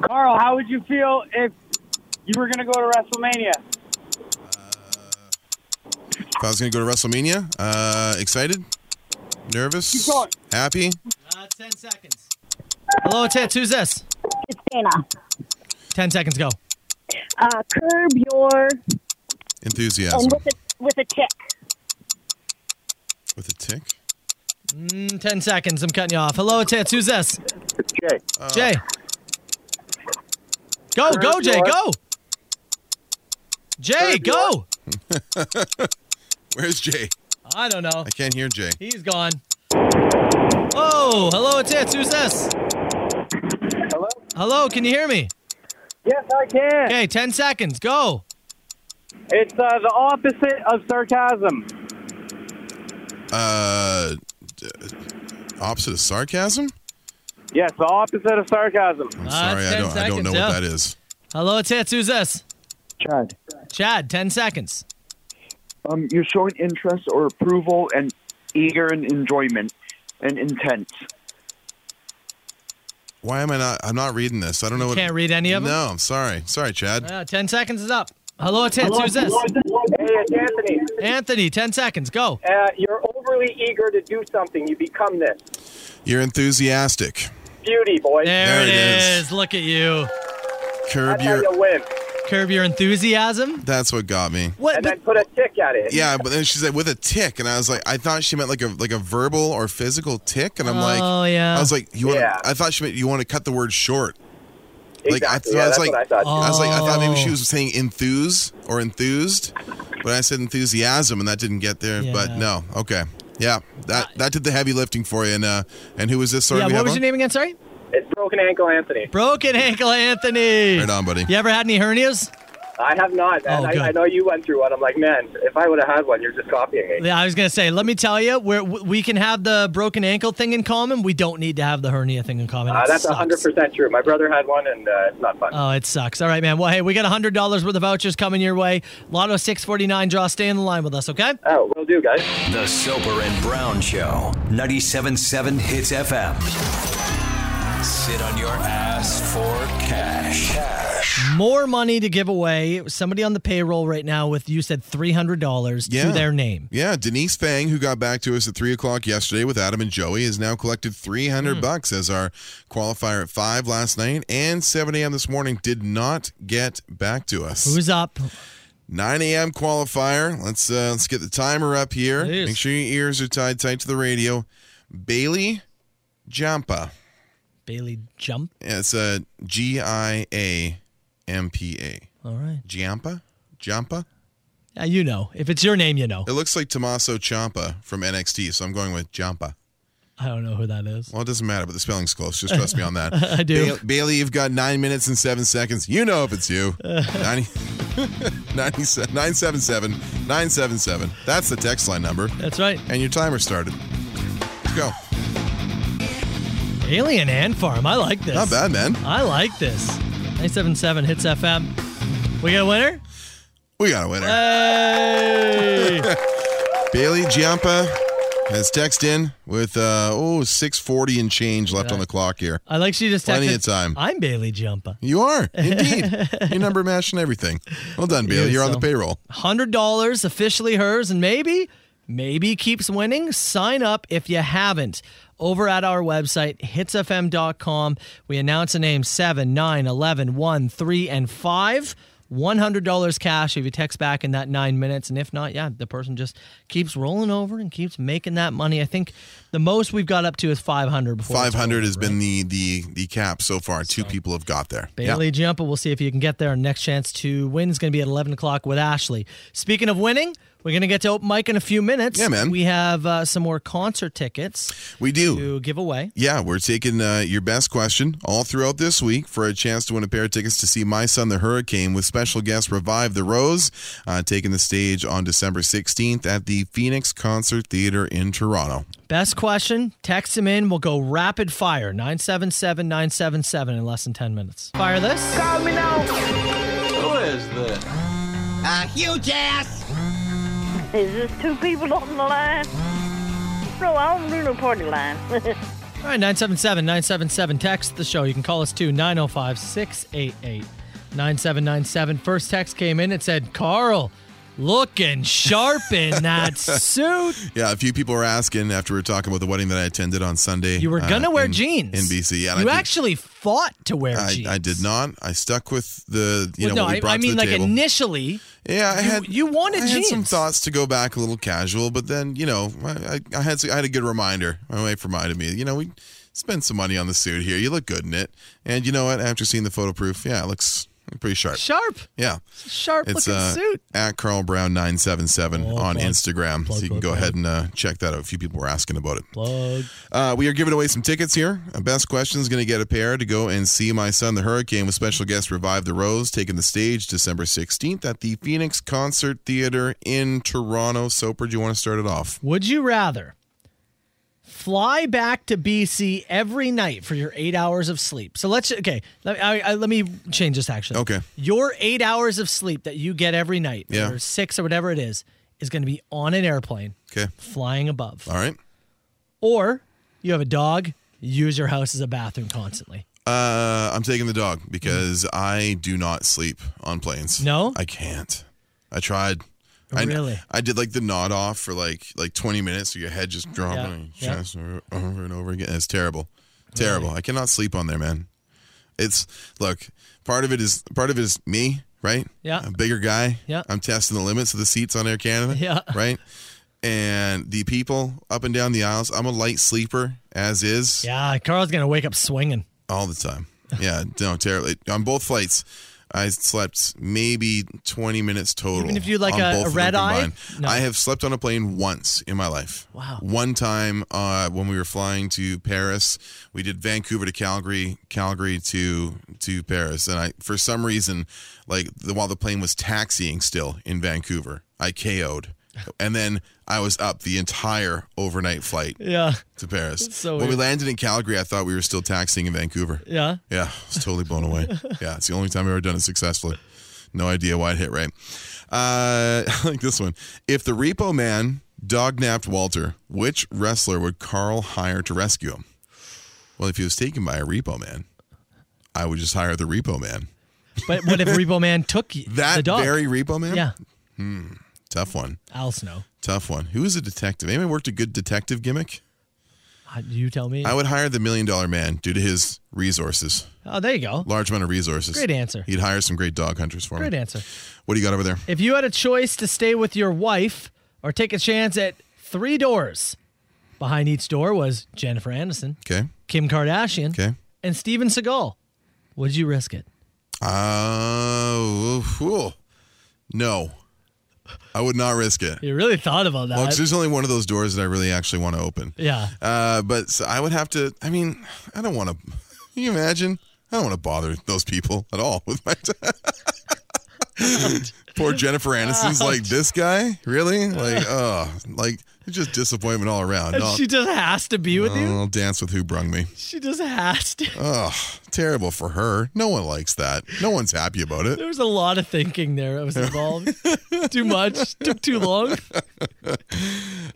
Carl, how would you feel if you were going to go to WrestleMania?
If I was gonna go to WrestleMania, uh, excited, nervous,
Keep going.
happy.
Uh, 10 seconds. Hello, it's Hits. Who's this?
It's Dana.
10 seconds, go.
Uh, curb your
Enthusiasm
and with a with a tick.
with a tick.
Mm, 10 seconds. I'm cutting you off. Hello, it's Hits. Who's this?
Jay,
Jay. Go, go, Jay, go. Jay, go.
Where's Jay?
I don't know.
I can't hear Jay.
He's gone. Oh, hello, it's Hits. Who's this?
Hello?
Hello, can you hear me?
Yes, I can.
Okay, 10 seconds. Go.
It's uh, the opposite of sarcasm.
Uh, d- opposite of sarcasm.
Yes, the opposite of sarcasm.
I'm
Ah,
sorry, I
that's
don't.
10
I don't
seconds,
know what
yeah.
that is.
Hello, it's Hits. Who's this?
Chad,
Chad, 10 seconds.
um, you're showing interest or approval and eager and enjoyment and intent.
Why am I not? I'm not reading this. I don't know what.
Can't read any of them?
No, I'm sorry. Sorry, Chad.
Uh, 10 seconds is up. Hello, it's Hits. Who's this?
Hey, it's Anthony.
Anthony, 10 seconds. Go.
Uh, you're overly eager to do something. You become this.
You're enthusiastic.
Beauty, boy.
There, it
it
is.
is.
Look at you.
Curb
That's how
your.
you win.
Curb your enthusiasm.
That's what got me.
What?
And
but-
then put a tick at it.
Yeah, but then she said with a tick, and I was like, I thought she meant like a like a verbal or physical tick, and I'm like,
Oh, yeah.
I was like, you want?
Yeah.
to I thought she meant you want to cut the word short. Like, I-
Exactly.
so I
yeah,
was
that's
like- uh,
what I thought.
I was like, I thought maybe she
Oh.
was saying enthuse or enthused, but I said enthusiasm, and that didn't get there. But
Yeah.
no, okay, yeah, that that did the heavy lifting for you. And uh, and who was this? Sorry,
yeah,
we
what
have
was
on?
your name again? Sorry?
It's broken ankle, Anthony.
Broken ankle Anthony.
Right on, buddy.
You ever had any hernias?
I have not. Man.
Oh, good.
I, I know you went through one. I'm like, man, if I would have had one, you're just copying me.
Yeah, I was going to say, let me tell you, we're, w- we can have the broken ankle thing in common. We don't need to have the hernia thing in common.
Uh,
It
that's
sucks.
100% true. My brother had one, and uh, it's not fun.
Oh, it sucks. All right, man. Well, hey, we got $100 worth of vouchers coming your way. Lotto 649 draw. Stay in the line with us, okay?
oh, will do, guys.
The Soper and Brown Show, 97.7 Hits FM. Sit on your ass for cash. Cash.
More money to give away. Somebody on the payroll right now with you said three hundred dollars to their name.
Yeah, Denise Fang, who got back to us at three o'clock yesterday with Adam and Joey, has now collected three hundred bucks as our qualifier at five last night and seven a.m. this morning. Did not get back to us.
Who's up?
9 a.m. qualifier. Let's uh, let's get the timer up here. Make sure your ears are tied tight to the radio. Bailey Jampa.
Bailey Jump.
Yeah, it's uh, G I A M P A.
All right.
Giampa? Giampa?
Yeah, you know. If it's your name, you know.
It looks like Tommaso Ciampa from NXT, so I'm going with Giampa.
I don't know who that is.
Well, it doesn't matter, but the spelling's close. Just trust me on that.
[LAUGHS] I do.
Ba- Bailey, you've got nine minutes and seven seconds. You know if it's
[LAUGHS]
you. [LAUGHS] 90, 97 977 977. That's the text line number.
That's right.
And your timer started. Let's go.
Alien Ant Farm. I like this.
Not bad, man.
I like this. 977 Hits FM. We got a winner?
We got a winner.
Hey!
[LAUGHS] Bailey Giampa has texted in with uh, oh 640 and change left on the clock here.
I like she just
Plenty
texted,
of time.
I'm Bailey Jumpa.
You are
[LAUGHS]
indeed. Your number match and everything. Well done, Bailey. You're on the
So-
payroll.
$100 officially hers, and maybe, maybe keeps winning. Sign up if you haven't. Over at our website, hitsfm.com, we announce the name 7, 9, 11, 1, 3, and 5. $100 cash if you text back in that nine minutes. And if not, yeah, the person just keeps rolling over and keeps making that money. I think the most we've got up to is 500 before. it's
500 has been the the the cap so far. Two people have got there. Yeah.
Bailey Jumper. We'll see if you can get there. Next chance to win is going to be at 11 o'clock with Ashley. Speaking of winning, we're going to get to open mic in a few minutes.
Yeah, man.
We have uh, some more concert tickets
We do.
to give away.
Yeah, we're taking uh, your best question all throughout this week for a chance to win a pair of tickets to see My Son the Hurricane with special guest Revive the Rose, uh, taking the stage on December 16th at the Phoenix Concert Theater in Toronto.
Best question, text him in. We'll go rapid fire 977 977 in less than 10 minutes. Fire this.
Call me now.
Who is this?
A huge ass.
Is this two people on the line? No, I don't do no party line.
All right, 977 977. Text the show. You can call us too, 905 688 9797. First text came in. It said, Carl, looking sharp in
[LAUGHS]
that suit.
Yeah, a few people were asking after we were talking about the wedding that I attended on Sunday.
You were
uh,
going to wear
in-
jeans.
in BC. Yeah, and
you
I did-
actually fought to wear
I,
jeans.
I did not. I stuck with the you
Well,
know
no,
what we
I,
brought
I mean,
to the
like
table.
initially,
yeah, I
you-
had
you wanted
I had
jeans.
some thoughts to go back a little casual, but then you know I, I- I had I had a good reminder. My wife reminded me, you know, we spent some money on the suit here. You look good in it, and you know what? After seeing the photo proof, yeah, it looks pretty sharp.
Sharp,
Yeah,
sharp
it's
looking
uh,
suit.
at Carl Brown nine seven seven on Instagram, so you can go ahead and uh, check that out. A few people were asking about it.
Plug.
Uh, we are giving away some tickets here. Uh, Best question is going to get a pair to go and see my son, the Hurricane, with special guest Revive the Rose, taking the stage December 16th at the Phoenix Concert Theater in Toronto. Soper, do you want to start it off?
Would you rather fly back to BC every night for your eight hours of sleep? So let's okay. Let, I, I, let me change this actually.
Okay.
Your eight hours of sleep that you get every night,
Yeah.
or six or whatever it is, is going to be on an airplane
Okay.
flying above,
All right.
or you have a dog. Use your house as a bathroom constantly.
Uh, I'm taking the dog because I do not sleep on planes.
No?
I can't. I tried. I,
Really?
I did like the nod off for like like 20 minutes, so your head just dropping
Yeah,
and
yeah.
chest over and over again. It's terrible, terrible. I cannot sleep on there, man. It's look. Part of it is part of it is me, right?
Yeah.
I'm a bigger guy.
Yeah.
I'm testing the limits of the seats on Air Canada.
Yeah. [LAUGHS]
right. And the people up and down the aisles. I'm a light sleeper as is
Yeah, Carl's gonna wake up swinging.
all the time. Yeah, no, terribly. On both flights, I slept maybe 20 minutes total.
Even if you like
on
a-
both
a
of them
red eye?
combined.
No.
I have slept on a plane once in my life.
Wow.
One time uh, when we were flying to Paris, we did Vancouver to Calgary, Calgary to to Paris, and I for some reason, like the, while the plane was taxiing still in Vancouver, I KO'd. And then I was up the entire overnight flight
Yeah,
to Paris.
That's so
when we
weird.
landed in Calgary, I thought we were still taxiing in Vancouver.
yeah.
Yeah, I was totally
[LAUGHS]
blown away. Yeah, it's the only time I've ever done it successfully. No idea why it hit right. Uh, [LAUGHS] I like this one. If the repo man dog napped Walter, which wrestler would Carl hire to rescue him? Well, if he was taken by a repo man, I would just hire the repo man.
But what if Repo Man took y-
[LAUGHS] That
the dog?
very repo man?
Yeah,
Hmm. Tough one.
Al Snow.
Tough one. Who is a detective? Anyone worked a good detective gimmick?
Uh, You tell me.
I would hire the million dollar man due to his resources.
Oh, there you go.
Large amount of resources.
Great answer.
He'd hire some great dog hunters for me.
Great answer.
What do you got over there?
If you had a choice to stay with your wife or take a chance at three doors, behind each door was Jennifer Aniston,
Okay.
Kim Kardashian,
Okay.
and Steven Seagal. Would you risk it?
Oh, whew. no. I would not risk it.
You really thought about that.
Well, 'cause there's only one of those doors that I really actually want to open.
yeah.
[LAUGHS] Uh, but so I would have to. I mean, I don't want to. Can you imagine? I don't want to bother those people at all with my [LAUGHS] time. Poor Jennifer Aniston's like this guy, really?
[LAUGHS]
Like, oh, like it's just disappointment all around.
And
I'll-
she just has to be with you.
I'll dance with who brung me.
She just has to.
Oh, terrible for her. No one likes that. No one's happy about it.
There was a lot of thinking there that was
[LAUGHS]
involved. too much. Took too long.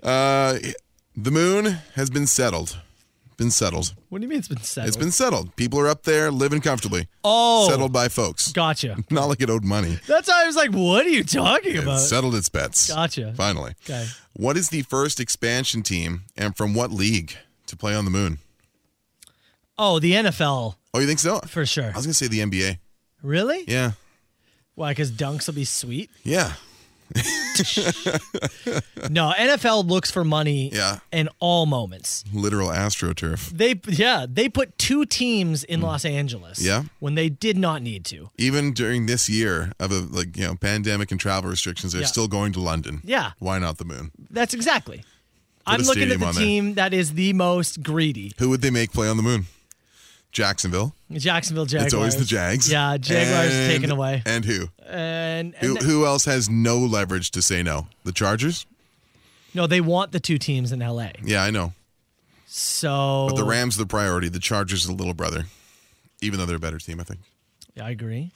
Uh, the moon has been settled. Been settled.
What do you mean it's been settled?
It's been settled. People are up there living comfortably.
Oh.
Settled by folks.
Gotcha.
Not like it owed money.
That's why I was like, what are you talking
It
about?
settled its bets.
Gotcha.
Finally.
Okay.
What is the first expansion team and from what league to play on the moon?
Oh, the NFL.
Oh, you think so?
For sure.
I was going to say the NBA.
Really?
Yeah.
Why? Because dunks will be sweet.
Yeah.
No, NFL looks for money
Yeah.
in all moments.
Literal astroturf.
They yeah, they put two teams in Los Angeles.
Mm. Yeah.
When they did not need to.
Even during this year of a like, you know, pandemic and travel restrictions, they're
Yeah.
still going to London.
Yeah.
Why not the moon?
That's exactly. I'm
a
looking at
stadium
the
on there.
team that is the most greedy.
Who would they make play on the moon? Jacksonville.
Jacksonville Jaguars.
It's always the Jags.
Yeah, Jaguars
And-
taken away.
And who?
And, and
Who,
th-
who else has no leverage to say no? The Chargers?
no, they want the two teams in LA.
Yeah, I know.
So
But the Rams are the priority. The Chargers are the little brother, even though they're a better team, I think.
Yeah, I agree.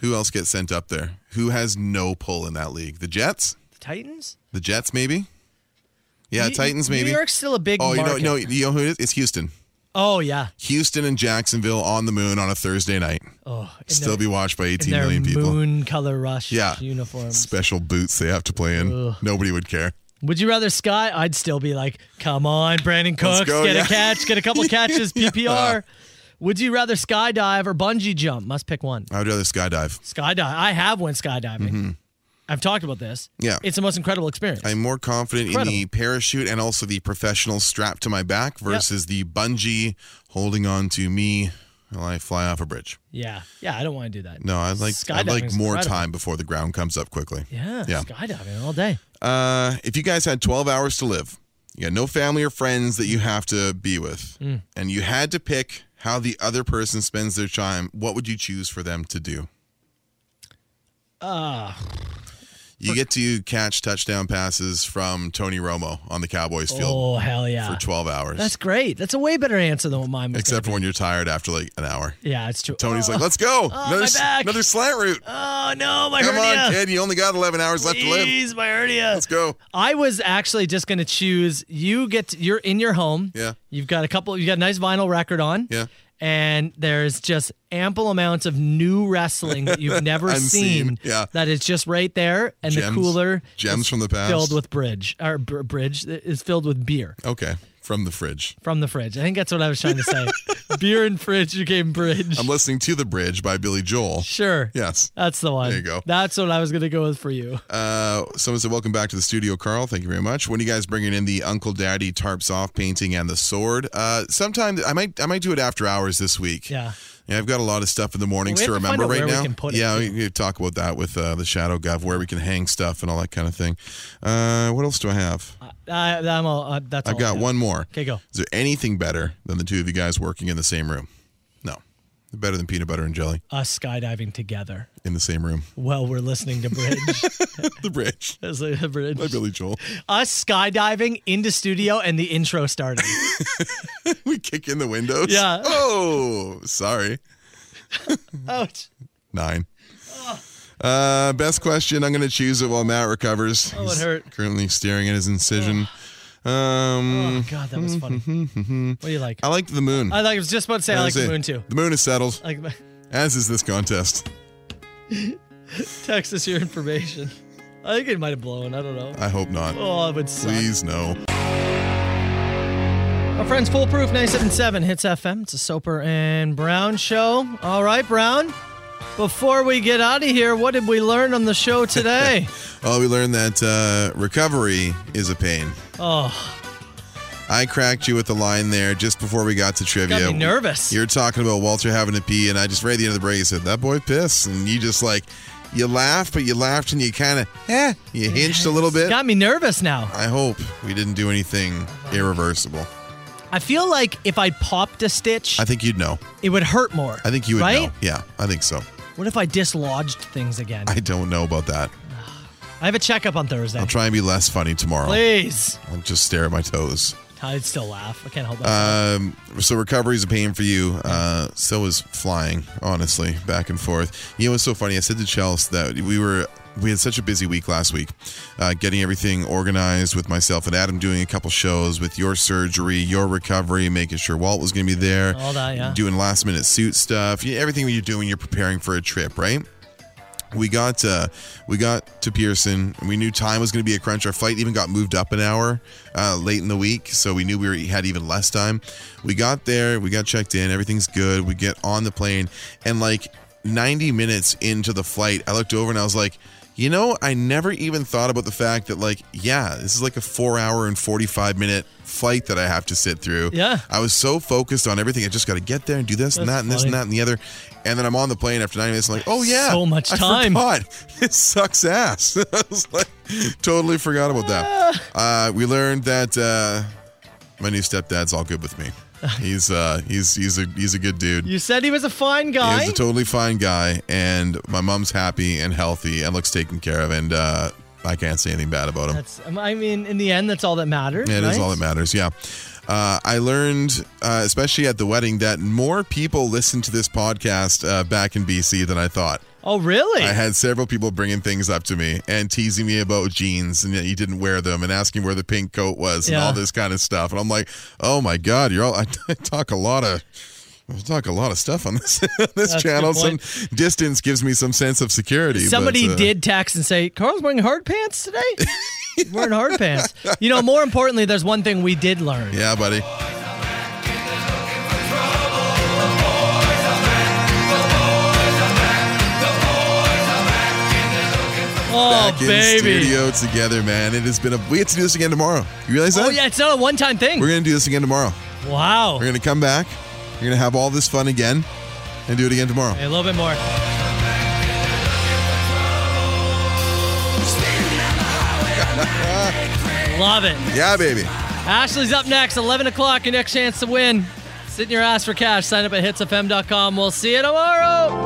Who else gets sent up there? Who has no pull in that league? The Jets?
The Titans?
The Jets, maybe? Yeah,
New-
Titans,
New
maybe.
York's still a big
Oh, you know,
market.
no, you know who it is? It's Houston.
Oh yeah.
Houston and Jacksonville on the moon on a Thursday night.
Oh, in
Still
their-
be watched by
in
18
their
million people.
Moon color rush
Yeah.
uniforms.
Special boots they have to play in.
Ugh.
Nobody would care.
Would you rather Sky? I'd still be like, come on, Brandon
Let's
Cooks,
go,
get
yeah.
a catch, get a
[LAUGHS]
couple catches, PPR. Would you rather skydive or bungee jump? Must pick one.
I would rather skydive.
Skydive. I have went skydiving. I've talked about this.
Mm-hmm. Yeah.
It's the most incredible experience.
I'm more confident
Incredible.
in the parachute and also the professional strap to my back versus the bungee holding on to me while I fly off a bridge.
yeah. Yeah, I don't want to do that.
No, I'd like I'd like
Skydiving's
more
incredible.
time before the ground comes up quickly.
Yeah,
Yeah.
Skydiving all day.
Uh, if you guys had 12 hours to live, you got no family or friends that you have to be with,
Mm.
and you had to pick how the other person spends their time, what would you choose for them to do?
Uh,
You get to catch touchdown passes from Tony Romo on the Cowboys field
oh, hell yeah.
for 12 hours.
That's great. That's a way better answer than what mine was.
Except for when you're tired after like an hour.
yeah, it's true.
Tony's
Oh.
like, let's go.
Oh,
another,
my
s-
back.
another slant route.
Oh, no, my
Come
hernia.
on, kid. You only got 11 hours left to live.
Please, my hernia.
Let's go.
I was actually just going to choose. You get to- you're in your home.
Yeah.
You've got a couple. You got a nice vinyl record on.
Yeah.
And there's just ample amounts of new wrestling that
[LAUGHS]
you've never
Unseen,
seen.
yeah.
That is just right there, and the
Gems-
cooler
gems
is
from the past.
filled with bridge or br- bridge is filled with beer
Okay. From the fridge.
from the fridge. I think that's what I was trying to
[LAUGHS]
say. beer and fridge became bridge.
I'm listening to The Bridge by Billy Joel.
sure.
Yes.
That's the one.
There you go.
That's what I was going to go with for you.
Uh, someone said, Welcome back to the studio, Carl. Thank you very much. When are you guys bringing in the Uncle Daddy tarps off painting and the sword? Uh, sometime I might I might do it after hours this week.
Yeah.
Yeah, I've got a lot of stuff in the mornings
Well,
to
we have to find
remember
out
right
where we
now.
can put it,
yeah, we
too.
could talk about that with uh, the Shadow Gov, where we can hang stuff and all that kind of thing. Uh, what else do I have?
I, I'm all, uh, that's
I've
all I
got
have.
one more.
Okay, go.
Is there anything better than the two of you guys working in the same room? No. Better than peanut butter and jelly
Us skydiving together.
in the same room. [LAUGHS]
Well, we're listening to Bridge.
the bridge.
That's like the bridge.
By Billy Joel.
Us skydiving into studio and the intro
[LAUGHS]
starting.
we kick in the windows.
Yeah.
Oh, sorry.
Ouch.
Nine. Uh, best question. I'm going to choose it while Matt recovers.
Oh, it
He's
hurt.
Currently staring at his incision. Um,
Oh, [LAUGHS] God, that was
[LAUGHS]
funny.
what
do you like?
I liked the moon.
I, like, I was just about to say I like
That's
the
Oh. it.
moon too.
The moon is settled.
Like [LAUGHS] the-
as is this contest.
Text us your information. I think it might have blown. I don't know.
I hope not.
Oh, it would suck.
Please no.
Our friends, Foolproof 977 Hits FM. It's a Soper and Brown show. All right, Brown. Before we get out of here, what did we learn on the show
[LAUGHS]
today?
Well, we learned that uh, recovery is a pain.
oh,
I cracked you with the line there just before we got to trivia.
me nervous.
You're talking about Walter having to pee, and I just right at the end of the break you said, That boy piss. And you just like, you laughed, but you laughed and you kind of, eh, you hinged a little bit.
got me nervous now.
I hope we didn't do anything irreversible.
I feel like if I popped a stitch,
I think you'd know.
it would hurt more.
I think you would
right?
know. Yeah, I think so.
What if I dislodged things again?
I don't know about that.
I have a checkup on Thursday.
I'll try and be less funny tomorrow.
Please.
I'll just stare at my toes.
I'd still laugh. I can't help it.
Um, so recovery is a pain for you. Uh, so is flying, honestly, back and forth. You know what's so funny? I said to Chelsea that we were we had such a busy week last week, uh, getting everything organized with myself and Adam, doing a couple shows with your surgery, your recovery, making sure Walt was going to be there,
All that, yeah.
doing last minute suit stuff, you- everything you're doing, you're preparing for a trip, right? we got uh, we got to Pearson. and We knew time was going to be a crunch. Our flight even got moved up an hour uh, late in the week, so we knew we were, had even less time. We got there, we got checked in, everything's good. We get on the plane, and like 90 minutes into the flight, I looked over and I was like. You know, I never even thought about the fact that, like, yeah, this is like a four hour and 45 minute flight that I have to sit through.
Yeah.
I was so focused on everything. I just got to get there and do this and
That's
that and this and
funny.
that and the other. And then I'm on the plane after 90 minutes, i like, oh, yeah.
So much
I
time.
forgot. [LAUGHS] It sucks ass. [LAUGHS] I was like, totally forgot about that.
Ah.
Uh, we learned that uh, my new stepdad's all good
[LAUGHS]
with me. He's uh, he's he's a he's a good dude.
you said he was a fine guy.
He's a totally fine guy, and my mom's happy and healthy and looks taken care of, and uh, I can't say anything bad about him.
That's, um, I mean, in the end, that's all that matters.
Yeah, it is
right?
all that matters. Yeah. Uh, I learned, uh, especially at the wedding, that more people listen to this podcast uh, back in BC than I thought.
Oh, really?
I had several people bringing things up to me and teasing me about jeans and that you didn't wear them and asking where the pink coat was and
Yeah.
all this kind of stuff. And I'm like, oh my god, you're all [LAUGHS] I, talk a lot of. I talk a lot of stuff on this [LAUGHS] on this
That's a good
channel. Some
point.
distance gives me some sense of security. but,
Somebody
uh,
did text and say, Carl's wearing hard pants today? [LAUGHS] He's wearing hard pants. You know, more importantly, there's one thing we did learn.
Yeah, buddy.
Oh, Oh,
Back in
baby.
studio together, man. It has been a. We have to do this again tomorrow. You realize that?
Oh, yeah, it's not a one time thing.
We're gonna do this again tomorrow.
Wow.
We're gonna come back. We're gonna have all this fun again, and do it again tomorrow.
Hey, a little bit more. [LAUGHS] Love it.
Yeah, baby.
Ashley's up next, 11 o'clock. Your next chance to win. Sit in your ass for cash. Sign up at hitsfm.com. We'll see you tomorrow.